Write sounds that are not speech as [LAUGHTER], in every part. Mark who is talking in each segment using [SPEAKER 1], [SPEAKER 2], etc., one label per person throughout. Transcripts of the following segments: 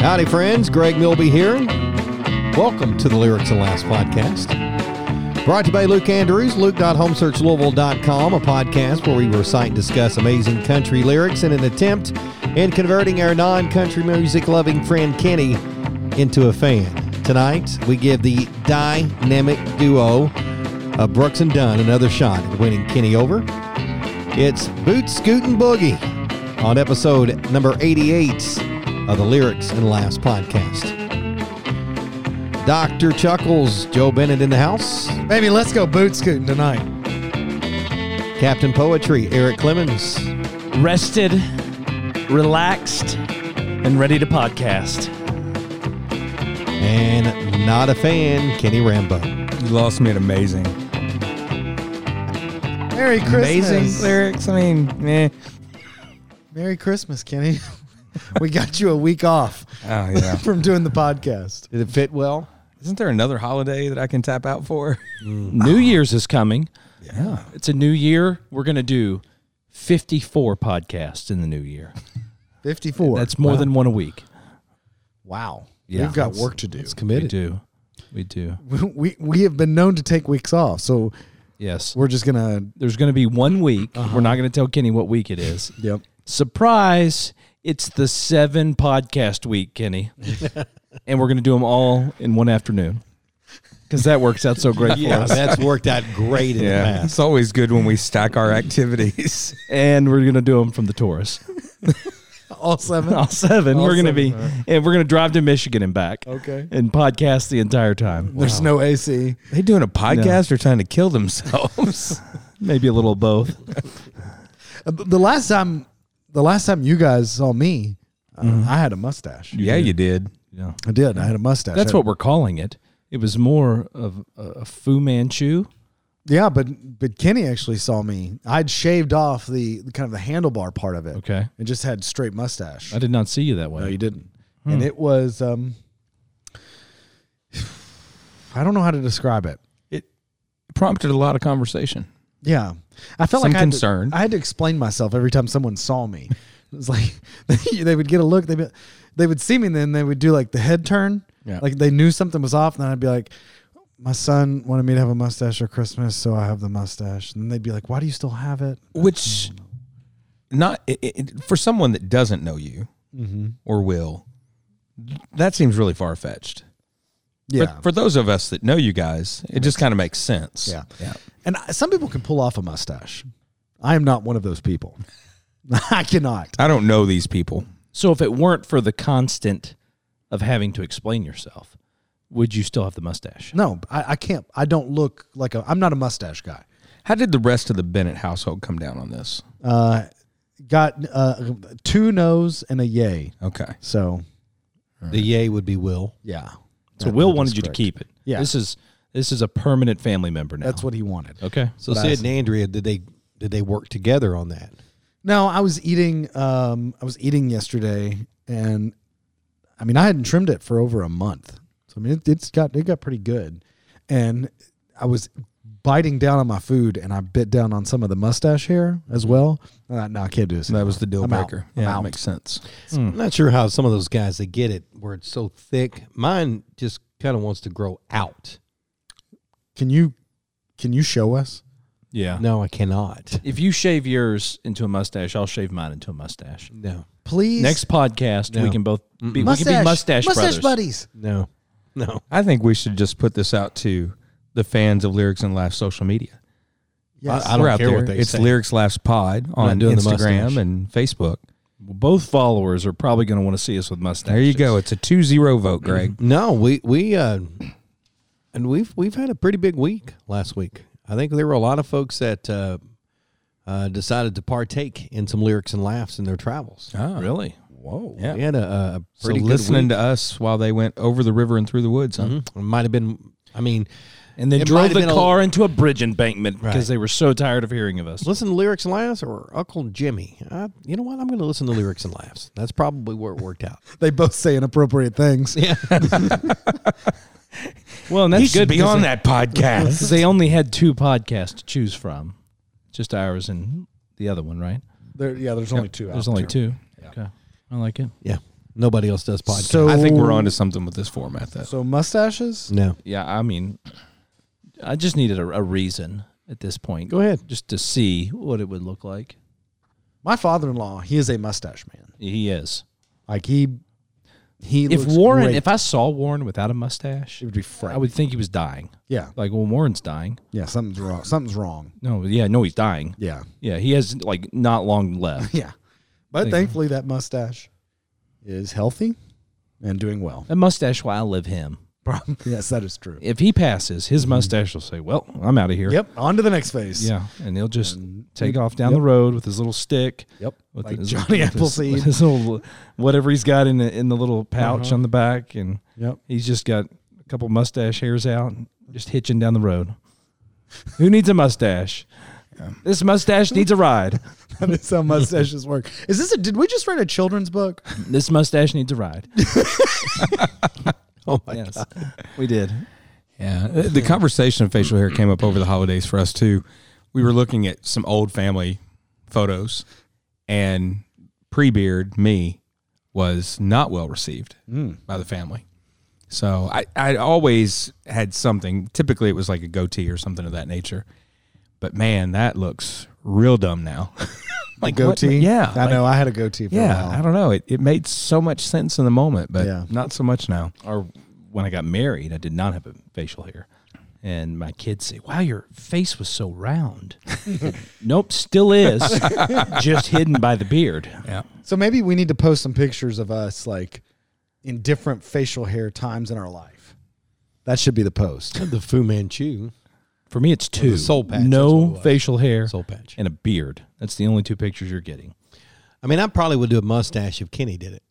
[SPEAKER 1] Howdy, friends. Greg Milby here. Welcome to the Lyrics and Laughs podcast. Brought to you by Luke Andrews, luke.homesearchlouisville.com, a podcast where we recite and discuss amazing country lyrics in an attempt in converting our non country music loving friend Kenny into a fan. Tonight, we give the dynamic duo of Brooks and Dunn another shot at winning Kenny over. It's Boot Scootin' Boogie on episode number 88 of the Lyrics and Laughs podcast. Dr. Chuckles, Joe Bennett in the house,
[SPEAKER 2] Baby, let's go boot scooting tonight.
[SPEAKER 1] Captain Poetry, Eric Clemens,
[SPEAKER 3] rested, relaxed, and ready to podcast.
[SPEAKER 1] and not a fan, Kenny Rambo.
[SPEAKER 4] You lost me at amazing.
[SPEAKER 2] Merry Christmas.
[SPEAKER 4] Amazing lyrics. I mean, eh.
[SPEAKER 2] Merry Christmas, Kenny. [LAUGHS] we got you a week off
[SPEAKER 4] Oh yeah.
[SPEAKER 2] from doing the podcast.
[SPEAKER 1] Did it fit well?
[SPEAKER 4] [LAUGHS] Isn't there another holiday that I can tap out for?
[SPEAKER 3] New Year's is coming.
[SPEAKER 4] Yeah.
[SPEAKER 3] It's a new year. We're going to do 54 podcasts in the new year.
[SPEAKER 2] 54.
[SPEAKER 3] That's more than one a week.
[SPEAKER 2] wow.
[SPEAKER 3] Yeah,
[SPEAKER 2] We've got
[SPEAKER 3] that's-
[SPEAKER 2] work to do.
[SPEAKER 1] It's
[SPEAKER 3] We
[SPEAKER 1] committed.
[SPEAKER 3] do. We do.
[SPEAKER 2] [LAUGHS] We, we have been known to take weeks off, so
[SPEAKER 3] Yes.
[SPEAKER 2] we're Uh-huh. just going to.
[SPEAKER 3] There's going to be one week. We're not going to tell Kenny what week it is.
[SPEAKER 2] Yep.
[SPEAKER 3] Surprise. It's the seven podcast week,
[SPEAKER 1] [LAUGHS]
[SPEAKER 3] Kenny. and we're going to do them all in one afternoon because that works
[SPEAKER 1] [LAUGHS]
[SPEAKER 3] out so great for us.
[SPEAKER 1] That's worked out great in the
[SPEAKER 4] [LAUGHS] Yeah.
[SPEAKER 1] past.
[SPEAKER 4] It's always good when we stack our activities.
[SPEAKER 3] And we're going to do them from the Taurus. [LAUGHS]
[SPEAKER 2] All seven.
[SPEAKER 3] all seven.
[SPEAKER 2] All
[SPEAKER 3] we're going to
[SPEAKER 2] seven,
[SPEAKER 3] be,
[SPEAKER 2] all right.
[SPEAKER 3] and we're going to drive to Michigan and back.
[SPEAKER 2] Okay.
[SPEAKER 3] And podcast the entire time.
[SPEAKER 2] There's no AC.
[SPEAKER 4] [LAUGHS] they doing a podcast or trying to kill themselves?
[SPEAKER 3] Maybe a little of both.
[SPEAKER 2] Uh, th- The last time, the last time you guys saw me, uh,
[SPEAKER 3] Mm-hmm.
[SPEAKER 2] I had a
[SPEAKER 4] [LAUGHS]
[SPEAKER 2] mustache.
[SPEAKER 4] yeah, you did.
[SPEAKER 3] yeah.
[SPEAKER 2] I did. I had a mustache.
[SPEAKER 3] That's
[SPEAKER 2] I-
[SPEAKER 3] what we're calling it. It was more of a, a Fu Manchu.
[SPEAKER 2] Yeah, but but Kenny actually saw me. I'd shaved off the kind of the handlebar part of it.
[SPEAKER 3] Okay.
[SPEAKER 2] And just had straight mustache.
[SPEAKER 3] I did not see you that way.
[SPEAKER 2] No, Uh, you didn't. And it was um I don't know how to describe it.
[SPEAKER 4] It prompted a lot of conversation.
[SPEAKER 2] Yeah. I felt
[SPEAKER 4] Some
[SPEAKER 2] like I had to-
[SPEAKER 4] concern.
[SPEAKER 2] I had to explain myself every time someone saw me. [LAUGHS] It was like they would get a look, they'd be, they would see me and then they would do like the head turn.
[SPEAKER 4] Yeah.
[SPEAKER 2] Like they knew something was off, and then I'd be like my son wanted me to have a mustache for Christmas, so I have the mustache. And they'd be like, "Why do you still have it?"
[SPEAKER 4] Which, not it, it, for someone that doesn't know you or will, that seems really far fetched.
[SPEAKER 2] Yeah,
[SPEAKER 4] For, for those of us that know you guys, it just kind of makes sense.
[SPEAKER 2] Yeah.
[SPEAKER 4] Yeah.
[SPEAKER 2] And I- some people can pull off a mustache. I am not one of those people. [LAUGHS] I cannot.
[SPEAKER 4] I don't know these people.
[SPEAKER 3] So if it weren't for the constant of having to explain yourself, would you still have the mustache?
[SPEAKER 2] No, I, I can't. I don't look like a. I'm not a mustache guy.
[SPEAKER 4] How did the rest of the Bennett household come down on this?
[SPEAKER 2] Uh, got uh, two no's and a yay.
[SPEAKER 4] Okay.
[SPEAKER 2] So
[SPEAKER 1] The yay would be Will.
[SPEAKER 2] yeah,
[SPEAKER 3] So Will wanted you to keep it.
[SPEAKER 2] Yeah.
[SPEAKER 3] This is this is a permanent family member now.
[SPEAKER 2] that's what he wanted.
[SPEAKER 3] okay.
[SPEAKER 1] So Sid and Andrea, did they did they work together on that?
[SPEAKER 2] No, I was eating. Um, I was eating yesterday, and I mean, I hadn't trimmed it for over a month. So I mean, it, it's got it got pretty good, and I was biting down on my food, and I bit down on some of the mustache hair as well. And I, no, I can't do this.
[SPEAKER 4] That was the deal
[SPEAKER 2] I'm out.
[SPEAKER 4] breaker.
[SPEAKER 2] I'm
[SPEAKER 4] Yeah,
[SPEAKER 2] out.
[SPEAKER 4] that makes sense.
[SPEAKER 1] I'm not sure how some of those guys they get it where it's so thick. Mine just kind of wants to grow out.
[SPEAKER 2] Can you can you show us?
[SPEAKER 3] Yeah.
[SPEAKER 1] No, I cannot.
[SPEAKER 3] If you shave yours into a mustache, I'll shave mine into a mustache.
[SPEAKER 1] No,
[SPEAKER 2] Please.
[SPEAKER 3] Next podcast, we
[SPEAKER 1] No.
[SPEAKER 3] can both be, we can be mustache, brothers. Uh,
[SPEAKER 2] buddies.
[SPEAKER 1] no, no.
[SPEAKER 4] I think we should just put this out to the fans of Lyrics and Laughs social media.
[SPEAKER 2] Yes.
[SPEAKER 1] I- I don't
[SPEAKER 4] We're out
[SPEAKER 1] care
[SPEAKER 4] there.
[SPEAKER 1] what they
[SPEAKER 4] it's
[SPEAKER 1] say.
[SPEAKER 4] Lyrics Laughs Pod on
[SPEAKER 1] doing the mustache.
[SPEAKER 4] Instagram and Facebook.
[SPEAKER 3] Both followers are probably going to want to see us with mustaches.
[SPEAKER 4] There you go. It's a 2-0 vote, Greg.
[SPEAKER 1] No, we we uh, and we've we've had a pretty big week last week. I think there were a lot of folks that uh, uh, decided to partake in some lyrics and laughs in their travels.
[SPEAKER 4] Ah,
[SPEAKER 3] Really?
[SPEAKER 1] Whoa,
[SPEAKER 4] Yeah.
[SPEAKER 1] we had a, a- a
[SPEAKER 4] So
[SPEAKER 1] pretty good
[SPEAKER 4] listening
[SPEAKER 1] week.
[SPEAKER 4] to us while they went over the river and through the woods, huh?
[SPEAKER 1] It might have been. I mean,
[SPEAKER 3] And they
[SPEAKER 1] It might
[SPEAKER 3] drove
[SPEAKER 1] have
[SPEAKER 3] the
[SPEAKER 1] been a-
[SPEAKER 3] car into a bridge embankment because
[SPEAKER 1] Right.
[SPEAKER 3] they were so tired of hearing of us.
[SPEAKER 1] listen to lyrics and laughs or Uncle Jimmy. Uh, you know what? I'm going to listen to lyrics and laughs. That's probably where it worked
[SPEAKER 4] [LAUGHS]
[SPEAKER 1] out.
[SPEAKER 2] they both say inappropriate things.
[SPEAKER 1] Yeah.
[SPEAKER 3] Well, and that's good because they,
[SPEAKER 4] that podcast.
[SPEAKER 3] they only had two podcasts to choose from, just ours and the other one, right?
[SPEAKER 2] There, yeah, there's only two.
[SPEAKER 3] There's
[SPEAKER 2] out
[SPEAKER 3] only
[SPEAKER 2] there.
[SPEAKER 3] two. Okay, I like it.
[SPEAKER 1] Yeah. Nobody else does podcasts.
[SPEAKER 4] [LAUGHS]
[SPEAKER 2] So
[SPEAKER 4] I think we're onto something with this format. Though.
[SPEAKER 2] So
[SPEAKER 3] Mm.
[SPEAKER 2] mustaches.
[SPEAKER 1] no.
[SPEAKER 3] Yeah, I mean, I just needed a, a reason at this point.
[SPEAKER 1] Go ahead.
[SPEAKER 3] Just to see what it would look like.
[SPEAKER 2] My father-in-law, he is a mustache man.
[SPEAKER 3] He is.
[SPEAKER 2] Like he, he.
[SPEAKER 3] If
[SPEAKER 2] looks
[SPEAKER 3] Warren,
[SPEAKER 2] great.
[SPEAKER 3] if I saw Warren without a mustache,
[SPEAKER 2] it would be
[SPEAKER 3] I
[SPEAKER 2] frightening.
[SPEAKER 3] would think he was dying.
[SPEAKER 2] yeah,
[SPEAKER 3] Like, well, Warren's dying.
[SPEAKER 2] yeah. Something's wrong. Something's wrong.
[SPEAKER 3] No, yeah, no, he's dying.
[SPEAKER 2] Yeah,
[SPEAKER 3] Yeah, he has like not long
[SPEAKER 2] [LAUGHS]
[SPEAKER 3] left.
[SPEAKER 2] yeah. But
[SPEAKER 3] Thank you.
[SPEAKER 2] thankfully, that mustache is healthy and doing
[SPEAKER 3] [LAUGHS]
[SPEAKER 2] well.
[SPEAKER 3] That mustache will outlive him.
[SPEAKER 2] yes, that is true.
[SPEAKER 3] If he passes, his mustache will say, "Well, I'm out of here."
[SPEAKER 2] Mm-hmm. Yep. On to the next phase.
[SPEAKER 3] Yeah, and he'll just
[SPEAKER 2] And-
[SPEAKER 3] take off down the road with his little stick.
[SPEAKER 2] Yep.
[SPEAKER 3] with
[SPEAKER 2] Like
[SPEAKER 3] his-
[SPEAKER 2] Johnny
[SPEAKER 3] [LAUGHS] with his-
[SPEAKER 2] Appleseed. Uh-huh.
[SPEAKER 3] with his little whatever he's got in the in the little pouch on the back, and
[SPEAKER 2] Yep. [LAUGHS]
[SPEAKER 3] he's just got a couple mustache hairs out, and just hitching down the road. Who needs a mustache? This mustache needs a
[SPEAKER 2] [LAUGHS]
[SPEAKER 3] ride.
[SPEAKER 2] That's how mustaches work. Is this a? Did we just write a children's book?
[SPEAKER 3] This mustache needs a
[SPEAKER 2] [LAUGHS]
[SPEAKER 3] ride.
[SPEAKER 1] [LAUGHS] Oh my
[SPEAKER 3] Yes, we did.
[SPEAKER 4] Yeah. The Uh, the conversation of facial hair came up over the holidays for us too. We were looking at some old family photos and pre beard me was not well received
[SPEAKER 3] Hmm.
[SPEAKER 4] by the family. So I, I always had something. Typically it was like a goatee or something of that nature. But man, that looks real dumb now. [LAUGHS] like what-
[SPEAKER 2] Goatee.
[SPEAKER 4] yeah.
[SPEAKER 2] I
[SPEAKER 4] like-
[SPEAKER 2] know. I had a goatee for
[SPEAKER 4] Yeah.
[SPEAKER 2] a
[SPEAKER 4] I
[SPEAKER 2] while.
[SPEAKER 4] don't know. It, it made so much sense in the moment, but
[SPEAKER 2] Yeah.
[SPEAKER 4] not so much now.
[SPEAKER 3] Or when I got married, I did not have a facial hair, and my kids say, "Wow, your face was so
[SPEAKER 4] [LAUGHS]
[SPEAKER 3] round." nope, still is, just hidden by the beard.
[SPEAKER 4] Yeah.
[SPEAKER 2] So maybe we need to post some pictures of us like in different facial hair times in our life. That should be the post.
[SPEAKER 1] The Fu Manchu
[SPEAKER 3] For me, it's two.
[SPEAKER 1] soul patch, that's what it
[SPEAKER 3] No
[SPEAKER 1] was.
[SPEAKER 3] facial hair
[SPEAKER 1] soul patch.
[SPEAKER 3] and a beard. That's the only two pictures you're getting.
[SPEAKER 1] I mean, I probably would do a mustache if Kenny did it.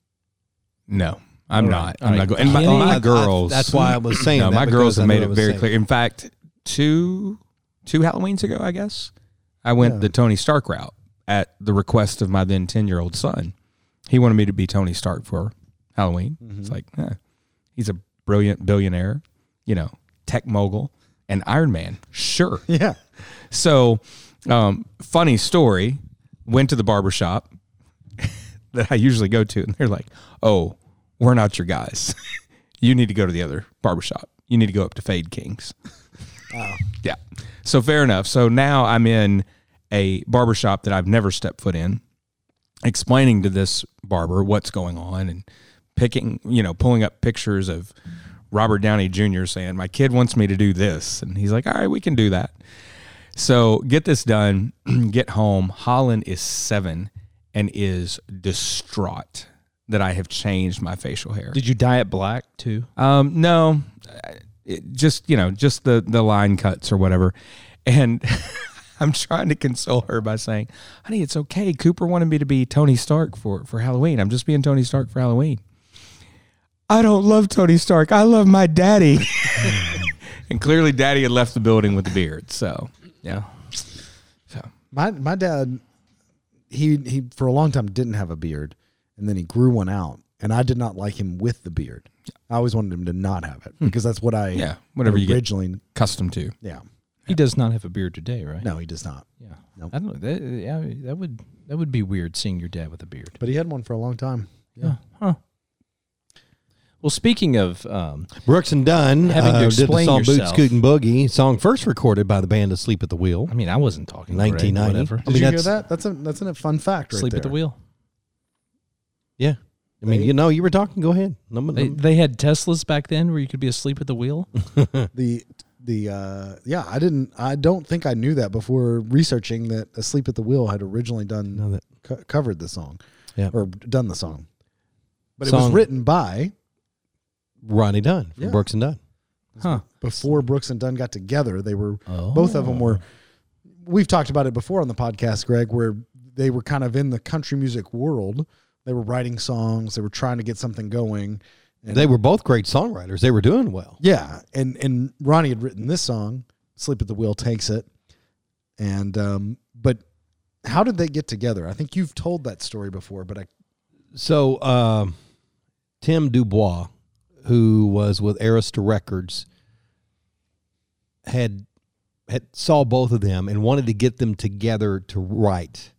[SPEAKER 4] No, I'm
[SPEAKER 3] All right.
[SPEAKER 4] not.
[SPEAKER 3] All
[SPEAKER 4] I'm
[SPEAKER 3] right.
[SPEAKER 4] not going. And my,
[SPEAKER 3] Kenny-
[SPEAKER 1] I-
[SPEAKER 4] my
[SPEAKER 1] I-
[SPEAKER 4] girls.
[SPEAKER 1] that's why I was saying
[SPEAKER 4] No,
[SPEAKER 1] that,
[SPEAKER 4] my
[SPEAKER 1] because
[SPEAKER 4] girls
[SPEAKER 1] I
[SPEAKER 4] have
[SPEAKER 1] knew
[SPEAKER 4] made
[SPEAKER 1] I
[SPEAKER 4] it
[SPEAKER 1] was
[SPEAKER 4] very
[SPEAKER 1] saying
[SPEAKER 4] clear. In fact, two two Halloweens ago, I guess I went the Tony Stark route at the request of my then ten year old son. He wanted me to be Tony Stark for Halloween. It's
[SPEAKER 1] Mm-hmm.
[SPEAKER 4] like eh, he's a brilliant billionaire, you know, tech mogul, and Iron Man. Sure.
[SPEAKER 2] Yeah.
[SPEAKER 4] So, um, funny story. Went to the barber shop [LAUGHS] that I usually go to, and they're like, "Oh, we're not your guys. you need to go to the other barber shop. You need to go up to Fade Kings." yeah. So fair enough. So now I'm in a barber shop that I've never stepped foot in, explaining to this barber what's going on and picking, you know, pulling up pictures of Robert Downey Jr. saying, "My kid wants me to do this," and he's like, "All right, we can do that." So get this done, [CLEARS THROAT] get home. Holland is seven and is distraught that I have changed my facial hair.
[SPEAKER 3] Did you dye it black too?
[SPEAKER 4] Um, no, I- it just you know, just the the line cuts or whatever. And [LAUGHS] I'm trying to console her by saying, "Honey, it's okay. Cooper wanted me to be Tony Stark for for Halloween. I'm just being Tony Stark for Halloween." I don't love Tony Stark. I love my daddy. [LAUGHS] and clearly, daddy had left the building with the beard. So yeah. So
[SPEAKER 2] My my dad he he for a long time didn't have a beard and then he grew one out and I did not like him with the beard. I always wanted him to not have it because that's what I
[SPEAKER 4] yeah, whatever you get
[SPEAKER 2] originally
[SPEAKER 4] accustomed to.
[SPEAKER 2] yeah.
[SPEAKER 3] He does not have a beard today, right?
[SPEAKER 2] No, he does not.
[SPEAKER 3] Yeah.
[SPEAKER 2] No.
[SPEAKER 3] I don't know. That, yeah, that would that would be weird seeing your dad with a beard.
[SPEAKER 2] But he had one for a long time.
[SPEAKER 3] Yeah. Huh. Well, speaking of, um,
[SPEAKER 1] Brooks and Dunn
[SPEAKER 3] Having to
[SPEAKER 1] uh, did the
[SPEAKER 3] explain
[SPEAKER 1] song "Boot
[SPEAKER 3] yourself.
[SPEAKER 1] Scoot and Boogie," song first recorded by the band "Asleep at the Wheel."
[SPEAKER 3] I mean, I wasn't talking. Greg,
[SPEAKER 1] 1990.
[SPEAKER 3] Whatever.
[SPEAKER 1] I
[SPEAKER 2] Did
[SPEAKER 1] mean,
[SPEAKER 2] you hear
[SPEAKER 1] that's-
[SPEAKER 2] that? That's a that's a fun fact right
[SPEAKER 3] Sleep at the
[SPEAKER 2] there.
[SPEAKER 3] wheel.
[SPEAKER 1] Yeah, I mean,
[SPEAKER 2] They-
[SPEAKER 1] you know, you were talking. Go ahead. No, no,
[SPEAKER 3] They, they had Teslas back then where you could be asleep at the wheel.
[SPEAKER 2] the the uh yeah i didn't i don't think i knew that before researching that asleep at the wheel had originally done
[SPEAKER 1] no, that-
[SPEAKER 2] co- covered the song
[SPEAKER 1] Yeah.
[SPEAKER 2] or done the song but it
[SPEAKER 1] Song-
[SPEAKER 2] was written by
[SPEAKER 1] Ronnie Dunn from
[SPEAKER 2] Yeah.
[SPEAKER 1] Brooks and Dunn.
[SPEAKER 3] Huh.
[SPEAKER 2] before brooks and dunn got together they were [LAUGHS] both of them were
[SPEAKER 1] Oh.
[SPEAKER 2] we've talked about it before on the podcast greg where they were kind of in the country music world they were writing songs they were trying to get something going and
[SPEAKER 1] They were both great songwriters. They were doing well.
[SPEAKER 2] Yeah, and and Ronnie had written this song, "Sleep at the Wheel" takes it, and um, but how did they get together? I think you've told that story before, but I
[SPEAKER 1] So um, Tim Dubois, who was with Arista Records, had had saw both of them and wanted to get them together to write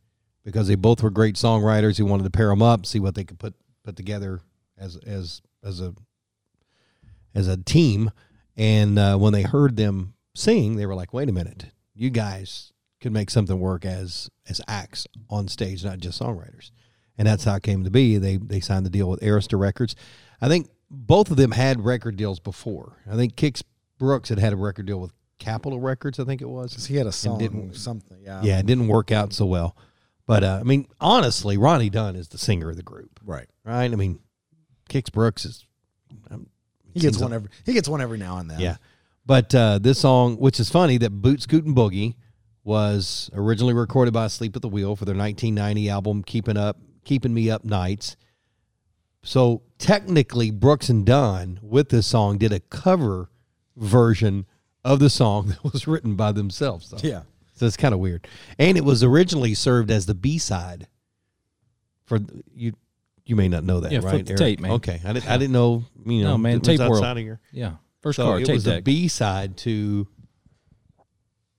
[SPEAKER 1] because they both were great songwriters. He wanted to pair them up, see what they could put put together as as as a as a team, and uh, when they heard them sing, they were like, "Wait a minute, you guys could make something work as as acts on stage, not just songwriters." And that's how it came to be. They they signed the deal with Arista Records. I think both of them had record deals before. I think Kix Brooks had had a record deal with Capitol Records. I think it was.
[SPEAKER 2] 'Cause he had a song
[SPEAKER 1] didn't-
[SPEAKER 2] or something. Yeah.
[SPEAKER 1] Yeah, it didn't work out so well. But uh, I mean, honestly, Ronnie Dunn is the singer of the group,
[SPEAKER 2] Right.
[SPEAKER 1] right? I mean, Kix Brooks is. Um,
[SPEAKER 2] He gets
[SPEAKER 1] seems
[SPEAKER 2] one
[SPEAKER 1] like-
[SPEAKER 2] every he gets one every now and then.
[SPEAKER 1] Yeah, but uh, this song, which is funny, that Boots Scootin' Boogie was originally recorded by Sleep at the Wheel for their 1990 album "Keeping Up, Keeping Me Up Nights." So technically, Brooks and Dunn with this song did a cover version of the song [LAUGHS] that was written by themselves. Though.
[SPEAKER 2] Yeah.
[SPEAKER 1] So it's kind of weird. And it was originally served as the B side. For you, you may not know that,
[SPEAKER 3] Yeah,
[SPEAKER 1] right?
[SPEAKER 3] flip the
[SPEAKER 1] Eric?
[SPEAKER 3] tape, man.
[SPEAKER 1] Okay, I didn't, I didn't know. You know,
[SPEAKER 3] No, man,
[SPEAKER 1] it was
[SPEAKER 3] tape world.
[SPEAKER 1] outside of your-
[SPEAKER 3] Yeah. First
[SPEAKER 1] so
[SPEAKER 3] car,
[SPEAKER 1] it
[SPEAKER 3] tape
[SPEAKER 1] was a
[SPEAKER 3] deck.
[SPEAKER 1] B side to.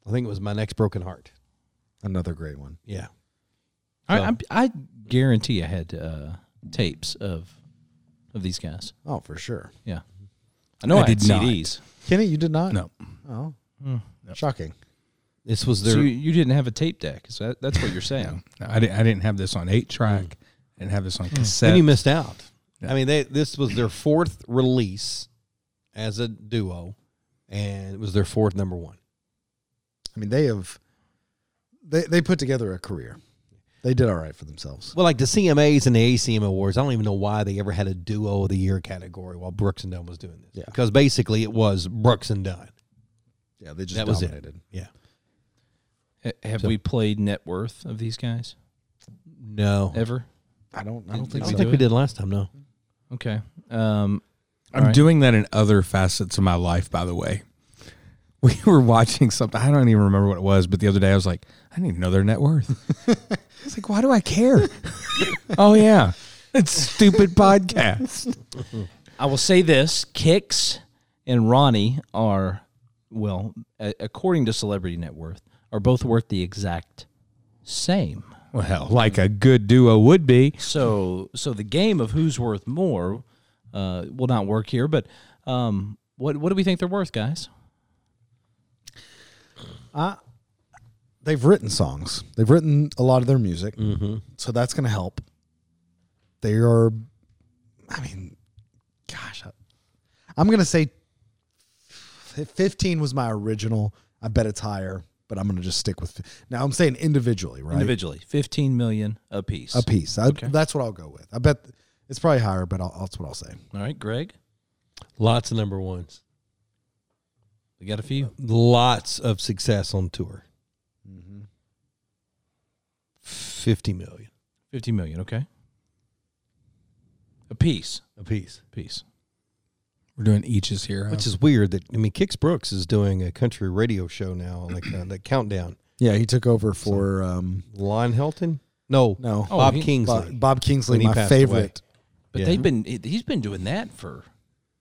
[SPEAKER 1] I think it was my next broken heart.
[SPEAKER 2] Another great one.
[SPEAKER 1] Yeah,
[SPEAKER 3] I, I, I guarantee I had uh, tapes of of these guys.
[SPEAKER 2] Oh, for sure.
[SPEAKER 3] Yeah. I know
[SPEAKER 4] I
[SPEAKER 3] I, had
[SPEAKER 4] did not.
[SPEAKER 3] CDs.
[SPEAKER 2] Kenny, you did not?
[SPEAKER 4] No.
[SPEAKER 2] Oh. Shocking.
[SPEAKER 1] this was
[SPEAKER 3] So
[SPEAKER 1] their.
[SPEAKER 3] you, you didn't have a tape deck. So that, that's what [LAUGHS] you're saying.
[SPEAKER 4] No, I didn't. I didn't have this on eight
[SPEAKER 2] Mm.
[SPEAKER 4] track. I didn't have this on
[SPEAKER 1] then
[SPEAKER 4] cassette.
[SPEAKER 1] you missed out.
[SPEAKER 4] Yeah.
[SPEAKER 1] I mean, they, this was their fourth release as a duo, and it was their fourth number one.
[SPEAKER 2] I mean, they have they they put together a career. They did all right for themselves.
[SPEAKER 1] Well, like the CMAs and the ACM awards, I don't even know why they ever had a duo of the year category while Brooks and Dunn was doing this.
[SPEAKER 2] Yeah.
[SPEAKER 1] Because basically it was Brooks and Dunn.
[SPEAKER 2] Yeah, they just
[SPEAKER 1] That was it.
[SPEAKER 2] dominated.
[SPEAKER 1] Yeah.
[SPEAKER 3] Ha- Have we played net worth of these guys
[SPEAKER 1] No.
[SPEAKER 3] ever?
[SPEAKER 2] I don't I don't
[SPEAKER 1] I
[SPEAKER 2] think
[SPEAKER 1] don't
[SPEAKER 2] so.
[SPEAKER 1] think we did last time, no.
[SPEAKER 3] Okay. Um,
[SPEAKER 4] I'm
[SPEAKER 3] Alright.
[SPEAKER 4] doing that in other facets of my life, by the way. [LAUGHS] We were watching something. I don't even remember what it was, but the other day I was like, I didn't even know their net worth. I was like, why do I care? [LAUGHS] oh, yeah. It's stupid podcast.
[SPEAKER 3] I will say this: Kicks and Ronnie are, well, a- according to Celebrity Net Worth, are both worth the exact same.
[SPEAKER 4] Well, like a good duo would be.
[SPEAKER 3] So, so the game of who's worth more uh, will not work here. But um, what what do we think they're worth, guys?
[SPEAKER 2] They've written songs. They've written a lot of their music.
[SPEAKER 1] Mm-hmm.
[SPEAKER 2] So that's going to help. They are I mean, gosh. I, I'm going to say f- 15 was my original. I bet it's higher, but I'm going to just stick with f- Now I'm saying individually, right?
[SPEAKER 3] Individually, fifteen million apiece.
[SPEAKER 2] a piece. I, That's what I'll go with. I bet it's probably higher, but I'll, that's what I'll say.
[SPEAKER 3] All right, Greg,
[SPEAKER 1] Lots of number ones.
[SPEAKER 3] we got a few.
[SPEAKER 1] Lots of success on tour. Fifty million
[SPEAKER 3] Fifty million, okay. A piece,
[SPEAKER 1] a piece.
[SPEAKER 3] piece.
[SPEAKER 4] We're doing eaches here.
[SPEAKER 1] Which is weird that I mean Kix Brooks is doing a country radio show now, like uh, the countdown.
[SPEAKER 2] Yeah, he took over for um,
[SPEAKER 1] Lon Helton? No.
[SPEAKER 2] No.
[SPEAKER 3] Oh,
[SPEAKER 1] Bob
[SPEAKER 3] he-
[SPEAKER 1] Kingsley.
[SPEAKER 2] Bob, Bob
[SPEAKER 1] When
[SPEAKER 2] Kingsley,
[SPEAKER 1] he
[SPEAKER 2] my
[SPEAKER 1] passed away.
[SPEAKER 2] favorite.
[SPEAKER 3] But
[SPEAKER 1] Yeah.
[SPEAKER 3] they've been he- he's been doing that for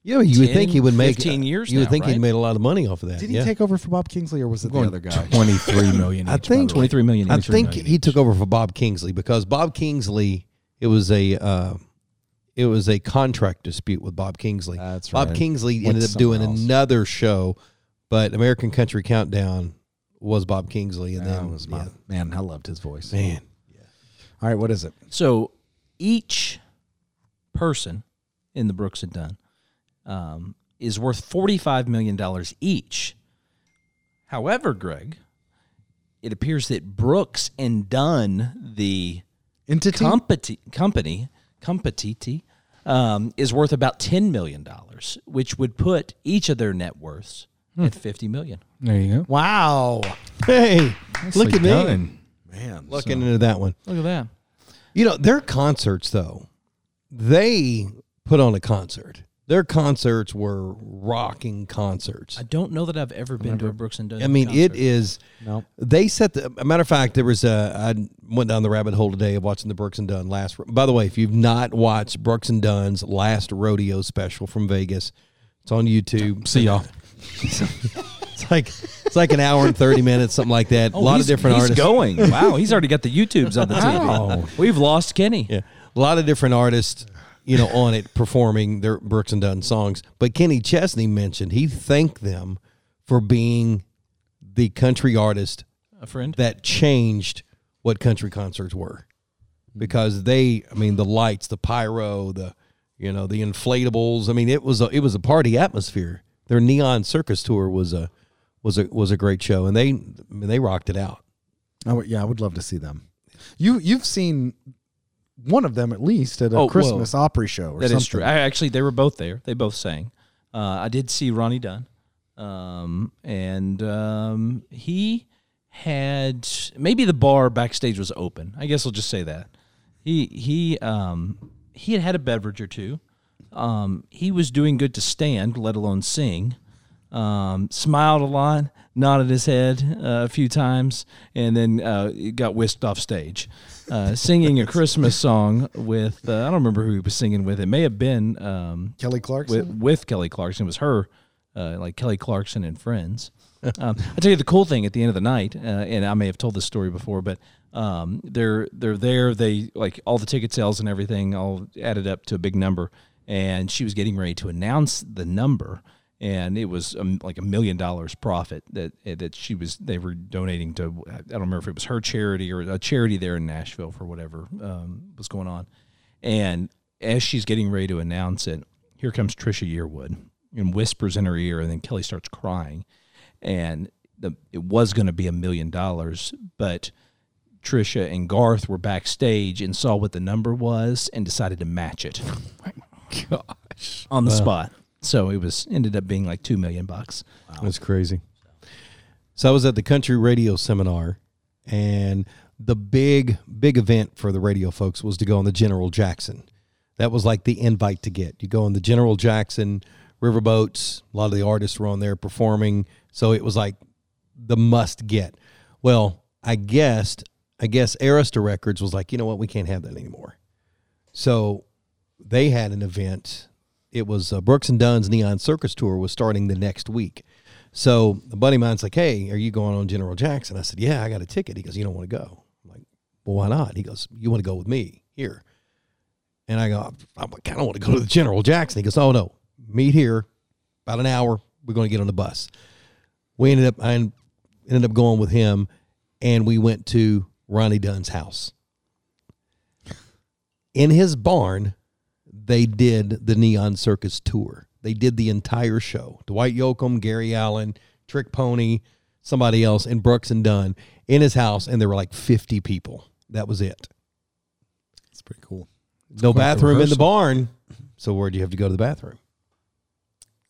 [SPEAKER 1] Yeah, you would
[SPEAKER 3] 10,
[SPEAKER 1] think he would make
[SPEAKER 3] 15 years
[SPEAKER 1] You would
[SPEAKER 3] now,
[SPEAKER 1] think
[SPEAKER 3] right?
[SPEAKER 1] he'd made a lot of money off of that.
[SPEAKER 2] Did he
[SPEAKER 1] yeah.
[SPEAKER 2] take over for Bob Kingsley, or was it the other guy?
[SPEAKER 3] [COUGHS]
[SPEAKER 4] 23 million.
[SPEAKER 1] I think-
[SPEAKER 4] each, by the way.
[SPEAKER 3] twenty three million.
[SPEAKER 1] I
[SPEAKER 3] each.
[SPEAKER 1] think he took over for Bob Kingsley because Bob Kingsley it was a uh, it was a contract dispute with Bob Kingsley.
[SPEAKER 2] That's
[SPEAKER 1] Bob
[SPEAKER 2] right.
[SPEAKER 1] Kingsley
[SPEAKER 2] Went
[SPEAKER 1] ended up doing
[SPEAKER 2] somewhere else.
[SPEAKER 1] another show, but American Country Countdown was Bob Kingsley, and
[SPEAKER 2] That
[SPEAKER 1] then
[SPEAKER 2] [LAUGHS] was my
[SPEAKER 1] yeah.
[SPEAKER 2] man. I loved his voice.
[SPEAKER 1] man.
[SPEAKER 2] All right, what is it?
[SPEAKER 3] So each person in the Brooks and Dunn um, is worth $45 million each. However, Greg, it appears that Brooks and Dunn, the
[SPEAKER 2] Entity.
[SPEAKER 3] company, company, competiti, um, is worth about $10 million, which would put each of their net worths at $50 million.
[SPEAKER 4] There you go.
[SPEAKER 2] wow,
[SPEAKER 1] Hey, look
[SPEAKER 4] Nicely
[SPEAKER 1] at me
[SPEAKER 4] done.
[SPEAKER 2] man.
[SPEAKER 1] looking into that one.
[SPEAKER 3] Look at that.
[SPEAKER 1] You know, their concerts though, they put on a concert. Their concerts were rocking concerts.
[SPEAKER 3] I don't know that I've ever been to a Brooks and Dunn.
[SPEAKER 1] I mean,
[SPEAKER 3] concert.
[SPEAKER 1] it is.
[SPEAKER 2] No.
[SPEAKER 1] They set the. A matter of fact, there was a. I went down the rabbit hole today of watching the Brooks and Dunn last. By the way, if you've not watched Brooks and Dunn's last rodeo special from Vegas, it's on YouTube.
[SPEAKER 4] See y'all.
[SPEAKER 1] [LAUGHS] It's like it's like an hour and thirty minutes, something like that. a lot of
[SPEAKER 3] Oh, he's-
[SPEAKER 1] different
[SPEAKER 3] he's
[SPEAKER 1] artists.
[SPEAKER 3] going. [LAUGHS] Wow, he's already got the YouTubes on the TV. We've lost Kenny.
[SPEAKER 1] Yeah, a lot of different artists you know, on it performing their Brooks and Dunn songs. But Kenny Chesney mentioned he thanked them for being the country artist
[SPEAKER 3] a friend.
[SPEAKER 1] that changed what country concerts were because they i mean the lights the pyro the you know the inflatables i mean it was a it was a party atmosphere their neon circus tour was a was a was a great show and they I mean, they rocked it out
[SPEAKER 2] I would, yeah, I would love to see them. You you've seen one of them at least at a
[SPEAKER 3] Oh, well,
[SPEAKER 2] Christmas opera show. Or
[SPEAKER 3] That is
[SPEAKER 2] something.
[SPEAKER 3] true. I, actually, they were both there. They both sang. Uh, I did see Ronnie Dunn, um, and um, he had maybe the bar backstage was open. I guess I'll just say that he he um, he had had a beverage or two. Um, he was doing good to stand, let alone sing. Um, smiled a lot, nodded his head uh, a few times, and then uh, got whisked off stage, uh, singing a Christmas song with uh, I don't remember who he was singing with. It may have been um,
[SPEAKER 2] Kelly Clarkson.
[SPEAKER 3] with, with Kelly Clarkson. It was her, uh, like Kelly Clarkson and friends. [LAUGHS] um, I tell you the cool thing at the end of the night, uh, and I may have told this story before, but um, they're they're there. They like all the ticket sales and everything all added up to a big number, and she was getting ready to announce the number, and it was um, like a million dollars profit that eh, that she was they were donating to. I don't remember if it was her charity or a charity there in Nashville for whatever um, was going on, and as she's getting ready to announce it, here comes Trisha Yearwood and whispers in her ear, and then Kelly starts crying. And the, it was going to be a million dollars, but Trisha and Garth were backstage and saw what the number was and decided to match [LAUGHS] it
[SPEAKER 4] Gosh.
[SPEAKER 3] on the spot. So it was ended up being like two million bucks.
[SPEAKER 1] That's crazy. So I was at the country radio seminar, and the big, big event for the radio folks was to go on the General Jackson. That was like the invite to get. You go on the General Jackson riverboats. A lot of the artists were on there performing, so it was like the must get. Well, I guessed. I guess Arista Records was like, you know what, we can't have that anymore. So they had an event. It was uh, Brooks and Dunn's Neon Circus Tour was starting the next week. So a buddy of mine's like, "Hey, are you going on General Jackson?" I said, "Yeah, I got a ticket." He goes, "You don't want to go?" I'm like, "Well, why not?" He goes, "You want to go with me here?" And I go, "I kind of want to go to the General Jackson." He goes, "Oh no, meet here, about an hour. We're going to get on the bus." We ended up, I en- ended up going with him, and we went to Ronnie Dunn's house. In his barn, they did the Neon Circus tour. They did the entire show. Dwight Yoakam, Gary Allen, Trick Pony, somebody else, and Brooks and Dunn in his house, and there were like 50 people. That was it.
[SPEAKER 2] It's pretty cool.
[SPEAKER 1] no
[SPEAKER 4] quite the
[SPEAKER 1] bathroom in the
[SPEAKER 4] rehearsal.
[SPEAKER 1] barn. So where do you have to go to the bathroom?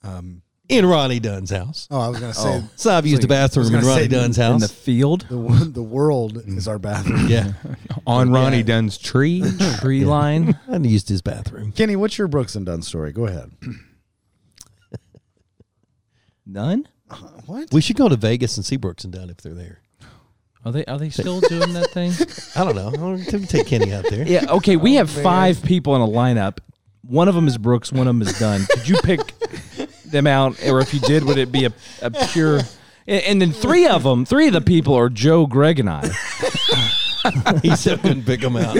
[SPEAKER 2] Um,
[SPEAKER 1] In Ronnie Dunn's house.
[SPEAKER 2] oh, I was gonna say
[SPEAKER 1] So I've used the bathroom in
[SPEAKER 2] gonna
[SPEAKER 1] Ronnie
[SPEAKER 2] say,
[SPEAKER 1] Dunn's
[SPEAKER 3] In
[SPEAKER 1] house.
[SPEAKER 3] the field,
[SPEAKER 2] the wo- the world is our
[SPEAKER 1] [LAUGHS]
[SPEAKER 2] bathroom.
[SPEAKER 1] yeah,
[SPEAKER 4] On Ronnie
[SPEAKER 2] Yeah.
[SPEAKER 4] Dunn's tree.
[SPEAKER 3] [LAUGHS] tree
[SPEAKER 1] [LAUGHS]
[SPEAKER 3] line.
[SPEAKER 1] I used his bathroom.
[SPEAKER 2] Kenny, what's your Brooks and Dunn story? Go ahead.
[SPEAKER 3] None?
[SPEAKER 2] What?
[SPEAKER 1] We should go to Vegas and see Brooks and Dunn if they're there.
[SPEAKER 3] Are they are they still doing that [LAUGHS] thing?
[SPEAKER 1] I don't know. I'll take Kenny out
[SPEAKER 3] [LAUGHS]
[SPEAKER 1] there.
[SPEAKER 3] Yeah, okay, we have five people in a lineup. One of them is Brooks, one of them is Dunn. Could you pick them out? Or if you did, would it be a, a pure. And, and then three of them, three of the people are Joe, Greg, and I.
[SPEAKER 1] He still couldn't pick him out.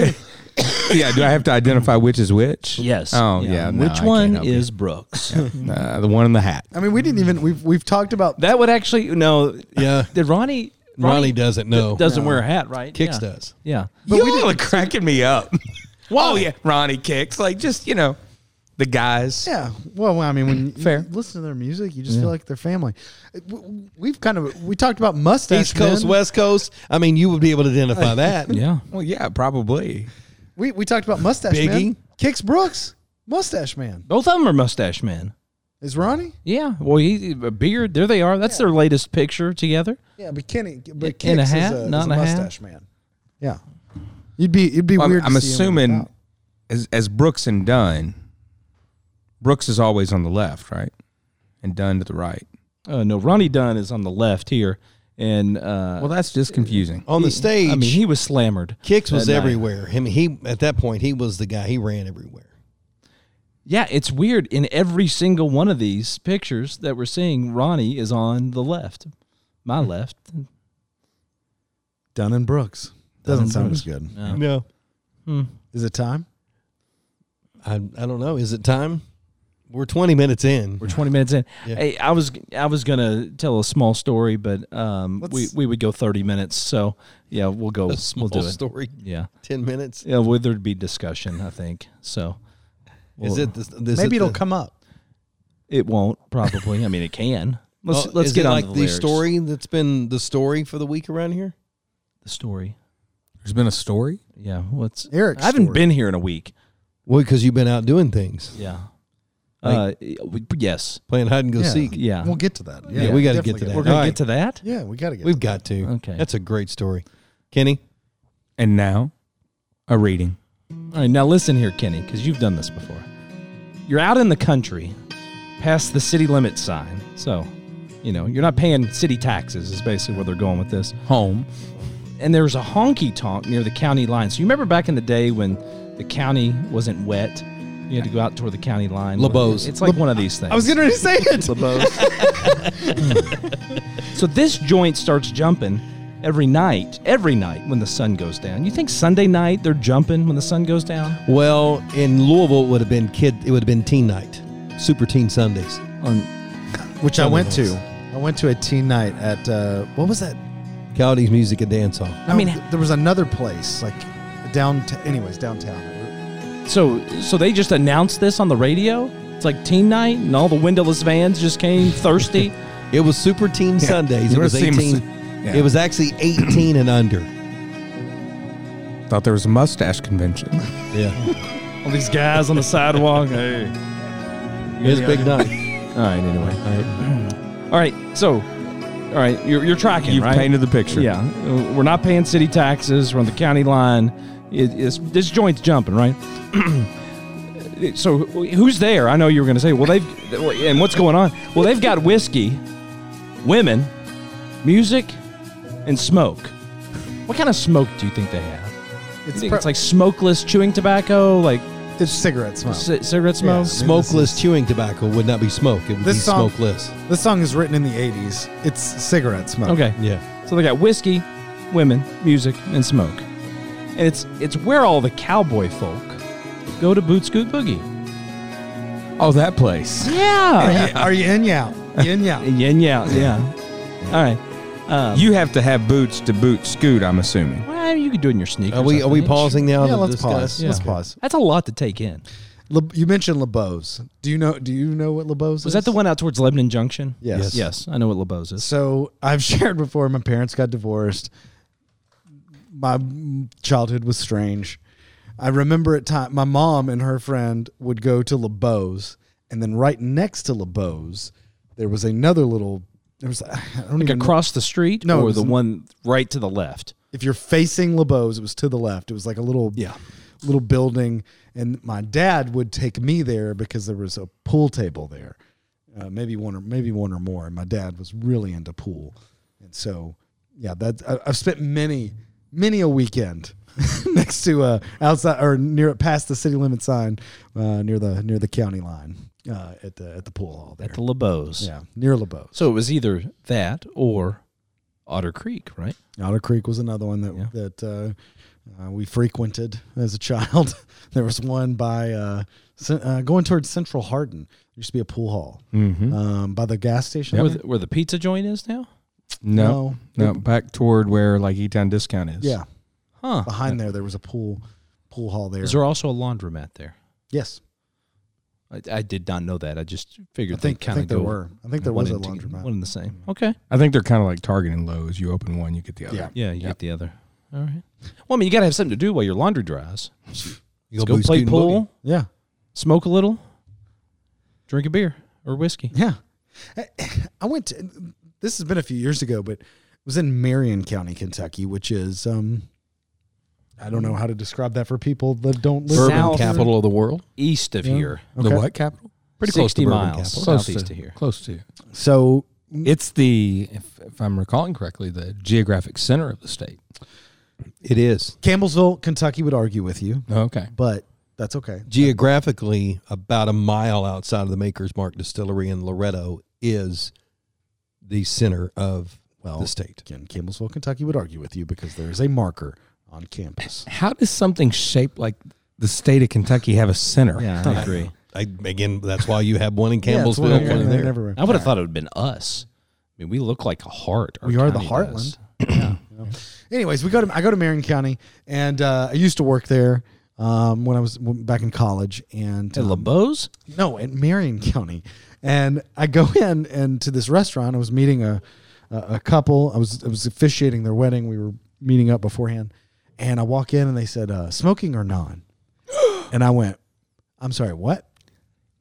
[SPEAKER 4] yeah. Do I have to identify which is which?
[SPEAKER 3] Yes.
[SPEAKER 4] Oh yeah. no, I
[SPEAKER 3] Which
[SPEAKER 4] can't
[SPEAKER 3] one
[SPEAKER 4] help you.
[SPEAKER 3] is Brooks?
[SPEAKER 4] uh, the one in the hat?
[SPEAKER 2] I mean, we didn't even we've we've talked about
[SPEAKER 3] That would actually. No.
[SPEAKER 1] Yeah.
[SPEAKER 3] Did Ronnie.
[SPEAKER 1] Ronnie doesn't know.
[SPEAKER 3] Doesn't wear a hat, right?
[SPEAKER 1] Kix
[SPEAKER 3] yeah.
[SPEAKER 1] does.
[SPEAKER 3] Yeah.
[SPEAKER 4] Y'all are cracking me up. oh yeah, Ronnie kicks like just you know the guys.
[SPEAKER 2] Yeah. Well, I mean, when you
[SPEAKER 4] Fair.
[SPEAKER 2] listen to their music, you just feel like they're family. Uh, W- We've kind of we talked about mustache.
[SPEAKER 1] East Coast,
[SPEAKER 2] men.
[SPEAKER 1] West Coast. I mean, you would be able to
[SPEAKER 3] [LAUGHS]
[SPEAKER 1] identify that.
[SPEAKER 3] Yeah.
[SPEAKER 4] Well, yeah, probably.
[SPEAKER 2] We we talked about mustache.
[SPEAKER 1] Biggie.
[SPEAKER 2] Man. Kicks Brooks, mustache man.
[SPEAKER 3] Both of them are mustache men.
[SPEAKER 2] Is Ronnie?
[SPEAKER 3] Yeah. Well, he a beard. There they are. That's their latest picture together.
[SPEAKER 2] Yeah, but Kenny, but
[SPEAKER 3] In
[SPEAKER 2] Kicks
[SPEAKER 3] a hat?
[SPEAKER 2] is a,
[SPEAKER 3] Not
[SPEAKER 2] is
[SPEAKER 3] in
[SPEAKER 2] a
[SPEAKER 3] a hat?
[SPEAKER 2] mustache man. Yeah. You'd be it'd be
[SPEAKER 4] Well, I'm-
[SPEAKER 2] weird. to
[SPEAKER 4] I'm
[SPEAKER 2] see him
[SPEAKER 4] assuming-
[SPEAKER 2] without.
[SPEAKER 4] As as Brooks and Dunn, Brooks is always on the left, right, and Dunn to the right.
[SPEAKER 3] Uh, no, Ronnie Dunn is on the left here, and uh,
[SPEAKER 4] Well, that's just confusing.
[SPEAKER 1] On the
[SPEAKER 3] I
[SPEAKER 1] stage,
[SPEAKER 3] mean he was slammered.
[SPEAKER 1] Kix was
[SPEAKER 3] that night.
[SPEAKER 1] everywhere. Him, he at that point he was the guy. He ran everywhere.
[SPEAKER 3] Yeah, it's weird. In every single one of these pictures that we're seeing, Ronnie is on the left, my
[SPEAKER 1] Hmm.
[SPEAKER 3] left.
[SPEAKER 2] Dunn and Brooks. Doesn't sound as good.
[SPEAKER 3] No.
[SPEAKER 1] No,
[SPEAKER 2] Is it time?
[SPEAKER 1] I, I don't know. Is it time? We're 20 minutes in.
[SPEAKER 3] We're 20 minutes in.
[SPEAKER 1] Yeah.
[SPEAKER 3] Hey, I was I was gonna tell a small story, but um, we
[SPEAKER 2] Let's-
[SPEAKER 3] we would go 30 minutes. So yeah, we'll go.
[SPEAKER 1] a small
[SPEAKER 3] we'll do it.
[SPEAKER 1] story.
[SPEAKER 3] Yeah,
[SPEAKER 1] 10 minutes.
[SPEAKER 3] yeah. Well, there'd be discussion, I think. So
[SPEAKER 1] Is
[SPEAKER 3] we'll-
[SPEAKER 1] it this? this it
[SPEAKER 2] Maybe it'll
[SPEAKER 1] the-
[SPEAKER 2] come up.
[SPEAKER 3] It won't probably. I mean, it can. Let's
[SPEAKER 1] oh,
[SPEAKER 3] let's
[SPEAKER 1] is
[SPEAKER 3] get
[SPEAKER 1] it
[SPEAKER 3] on
[SPEAKER 1] like
[SPEAKER 3] to
[SPEAKER 1] the,
[SPEAKER 3] the, lyrics.
[SPEAKER 1] story that's been the story for the week around here.
[SPEAKER 3] The story.
[SPEAKER 4] There's been a story.
[SPEAKER 3] Yeah. What's
[SPEAKER 2] Eric's
[SPEAKER 3] I haven't
[SPEAKER 2] story.
[SPEAKER 3] been here in a week.
[SPEAKER 1] Well, because you've been out doing things,
[SPEAKER 3] Yeah. Uh, we- yes.
[SPEAKER 1] playing hide and go
[SPEAKER 2] Yeah.
[SPEAKER 1] seek.
[SPEAKER 3] Yeah.
[SPEAKER 2] We'll get to that.
[SPEAKER 1] Yeah, we got to get
[SPEAKER 2] definitely
[SPEAKER 1] to that.
[SPEAKER 3] We're gonna
[SPEAKER 1] All
[SPEAKER 3] get to that.
[SPEAKER 2] Yeah, we got to get.
[SPEAKER 1] We've got to.
[SPEAKER 3] Okay.
[SPEAKER 1] That's a great story, Kenny.
[SPEAKER 4] And now, a reading.
[SPEAKER 3] All right, now listen here, Kenny, because you've done this before. You're out in the country, past the city limit sign. So, you know, you're not paying city taxes, is basically where they're going with this.
[SPEAKER 4] Home.
[SPEAKER 3] And there's a honky tonk near the county line. So, you remember back in the day when the county wasn't wet? You had to go out toward the county line.
[SPEAKER 1] LeBeau's.
[SPEAKER 3] It's like one of these things.
[SPEAKER 2] I was getting ready to say it.
[SPEAKER 3] So this joint starts jumping every night, every night when the sun goes down. You think Sunday night they're jumping when the sun goes down?
[SPEAKER 1] Well, in Louisville, it would have been kid. It would have been teen night, super teen Sundays.
[SPEAKER 3] On
[SPEAKER 2] Which I went
[SPEAKER 1] Something
[SPEAKER 2] to. I went to a teen night at uh, what was that?
[SPEAKER 1] Coyotes music and dance hall.
[SPEAKER 2] I
[SPEAKER 3] mean-
[SPEAKER 2] there was another place like downtown. Anyways, downtown.
[SPEAKER 3] so so they just announced this on the radio. It's like teen night, and all the windowless vans just came thirsty.
[SPEAKER 1] It was super teen Sundays.
[SPEAKER 4] You
[SPEAKER 1] It was
[SPEAKER 4] would've seen-
[SPEAKER 1] eighteen.
[SPEAKER 4] Yeah.
[SPEAKER 1] It was actually eighteen and under.
[SPEAKER 4] Thought there was a mustache convention.
[SPEAKER 1] Yeah,
[SPEAKER 3] all these guys on the sidewalk. Hey.
[SPEAKER 1] it was a big
[SPEAKER 2] [LAUGHS]
[SPEAKER 1] night.
[SPEAKER 3] All right. Anyway. All right. [CLEARS THROAT] So, all right, you're you're tracking.
[SPEAKER 4] [LAUGHS] You've
[SPEAKER 3] right?
[SPEAKER 4] painted the picture.
[SPEAKER 3] Yeah, uh, we're not paying city taxes. We're on the county line. It, it's, this joint's jumping, right? [CLEARS THROAT] so who's there? I know you were going to say. Well, they've and what's going on? Well, they've got whiskey, women, music, and smoke. What kind of smoke do you think they have? You think It's,
[SPEAKER 2] pro-
[SPEAKER 3] like smokeless chewing tobacco, like
[SPEAKER 2] it's cigarette smoke.
[SPEAKER 3] c- cigarette smoke.
[SPEAKER 2] Yeah.
[SPEAKER 1] Smokeless chewing tobacco would not be smoke. It would be
[SPEAKER 2] This song-
[SPEAKER 1] smokeless.
[SPEAKER 2] This song is written in the '80s. It's cigarette smoke.
[SPEAKER 3] Okay.
[SPEAKER 1] Yeah,
[SPEAKER 3] So they got whiskey, women, music, and smoke. And it's it's where all the cowboy folk go to Boot Scoot Boogie.
[SPEAKER 4] Oh, that place.
[SPEAKER 2] Are
[SPEAKER 3] Yeah. [LAUGHS]
[SPEAKER 2] you, are you in? Yeah. You in? Yeah.
[SPEAKER 3] yeah, yeah, yeah. All right. Um,
[SPEAKER 4] You have to have boots to boot scoot. I'm assuming.
[SPEAKER 3] well, you could do it in your sneakers.
[SPEAKER 1] are we
[SPEAKER 3] I
[SPEAKER 1] are we
[SPEAKER 3] think.
[SPEAKER 1] pausing now?
[SPEAKER 2] yeah,
[SPEAKER 1] to
[SPEAKER 2] let's
[SPEAKER 1] discuss?
[SPEAKER 2] pause. Let's pause.
[SPEAKER 3] That's a lot to take in.
[SPEAKER 2] Le- you mentioned LeBeau's. Do you know? Do you know what LeBeau's is?
[SPEAKER 3] Was that the one out towards Lebanon Junction?
[SPEAKER 2] Yes.
[SPEAKER 3] Yes, I know what LeBeau's is.
[SPEAKER 2] So I've [LAUGHS] shared before. My parents got divorced. My childhood was strange. I remember at time my mom and her friend would go to LeBeau's, and then right next to LeBeau's, there was another little. There was I don't
[SPEAKER 3] Like
[SPEAKER 2] even know-
[SPEAKER 3] across the street
[SPEAKER 2] No, it
[SPEAKER 3] or
[SPEAKER 2] was
[SPEAKER 3] the
[SPEAKER 2] n-
[SPEAKER 3] one right to the left?
[SPEAKER 2] if you're facing LeBeau's, it was to the left. It was like a little little building, and my dad would take me there because there was a pool table there, uh, maybe one or maybe one or more. And my dad was really into pool, and so yeah, that I, I've spent many many a weekend [LAUGHS] next to uh outside or near past the city limit sign uh, near the near the county line uh, at the at the pool hall there.
[SPEAKER 3] At the LeBeau's.
[SPEAKER 2] yeah, near LeBeau's.
[SPEAKER 3] So it was either that or Otter Creek, right?
[SPEAKER 2] Otter Creek was another one that
[SPEAKER 3] Yeah.
[SPEAKER 2] that uh, uh, we frequented as a [LAUGHS] child. there was one by uh, cen- uh, going towards Central Hardin. There used to be a pool hall
[SPEAKER 3] Hmm.
[SPEAKER 4] Mm-hmm.
[SPEAKER 2] um, by the gas station.
[SPEAKER 3] Where, the, where the pizza joint is now?
[SPEAKER 4] No, no, back toward where like E Town Discount is.
[SPEAKER 2] yeah,
[SPEAKER 3] Huh.
[SPEAKER 2] behind there there was a pool pool hall there.
[SPEAKER 3] Is there also a laundromat there?
[SPEAKER 2] yes,
[SPEAKER 3] I, I did not know that. I just
[SPEAKER 2] I
[SPEAKER 3] figured they
[SPEAKER 2] think I
[SPEAKER 3] kind of
[SPEAKER 2] think there
[SPEAKER 3] go.
[SPEAKER 2] were. I think there
[SPEAKER 3] one
[SPEAKER 2] was a
[SPEAKER 3] and to-
[SPEAKER 2] laundromat.
[SPEAKER 3] One and the same. Okay.
[SPEAKER 4] I think they're kind of like Target and Lowe's. You open one, you get the other.
[SPEAKER 2] Yeah.
[SPEAKER 3] Yeah, you
[SPEAKER 4] Yep.
[SPEAKER 3] get the other. All right. Well, I mean, you got to have something to do while your laundry dries.
[SPEAKER 1] You
[SPEAKER 3] Let's go
[SPEAKER 1] boot
[SPEAKER 3] play
[SPEAKER 1] scoot and
[SPEAKER 3] pool,
[SPEAKER 1] boogie.
[SPEAKER 2] Yeah,
[SPEAKER 3] smoke a little, drink a beer or whiskey.
[SPEAKER 2] yeah. I, I went. To, this has been a few years ago, but it was in Marion County, Kentucky, which is um, I don't know how to describe that for people that don't live
[SPEAKER 3] Bourbon
[SPEAKER 1] Bourbon
[SPEAKER 3] South.
[SPEAKER 1] capital of the world.
[SPEAKER 3] East of
[SPEAKER 2] Yeah.
[SPEAKER 3] here,
[SPEAKER 2] Okay.
[SPEAKER 4] The what capital?
[SPEAKER 1] Pretty close to
[SPEAKER 3] 60
[SPEAKER 1] Bourbon
[SPEAKER 3] miles
[SPEAKER 1] Capital.
[SPEAKER 3] southeast
[SPEAKER 4] to,
[SPEAKER 3] of here.
[SPEAKER 4] Close to.
[SPEAKER 2] So
[SPEAKER 4] It's the, if, if I'm recalling correctly, the geographic center of the state.
[SPEAKER 1] It is
[SPEAKER 2] Campbellsville, Kentucky would argue with you,
[SPEAKER 4] Okay.
[SPEAKER 2] but that's okay.
[SPEAKER 1] geographically about a mile outside of the Maker's Mark Distillery in Loretto is the center of
[SPEAKER 2] Well,
[SPEAKER 1] the state.
[SPEAKER 2] Again,
[SPEAKER 3] [LAUGHS]
[SPEAKER 2] Campbellsville, Kentucky would argue with you because there is a marker on campus.
[SPEAKER 4] How does something shaped like the state of Kentucky have a center.
[SPEAKER 3] Yeah, I
[SPEAKER 4] [LAUGHS]
[SPEAKER 3] agree.
[SPEAKER 1] I, again, that's why you have one [LAUGHS] in
[SPEAKER 2] Yeah, it's
[SPEAKER 1] Campbellsville,
[SPEAKER 2] one
[SPEAKER 1] one in
[SPEAKER 2] everywhere.
[SPEAKER 1] there.
[SPEAKER 2] everywhere.
[SPEAKER 3] I would have thought it would have been us. I mean, we look like a heart. Our
[SPEAKER 2] We are the
[SPEAKER 3] county
[SPEAKER 2] heartland.
[SPEAKER 3] [CLEARS THROAT] does.
[SPEAKER 2] Anyways, we go to I go to Marion County, and uh, I used to work there um, when I was when- back in college. And
[SPEAKER 3] At
[SPEAKER 2] um,
[SPEAKER 3] LeBeau's?
[SPEAKER 2] no, in Marion [LAUGHS] County, and I go [LAUGHS] in and to this restaurant. I was meeting a a, a couple. I was I was officiating their wedding. We were meeting up beforehand, and I walk in and they said, uh, "Smoking or non?" and I went, "I'm sorry, what?"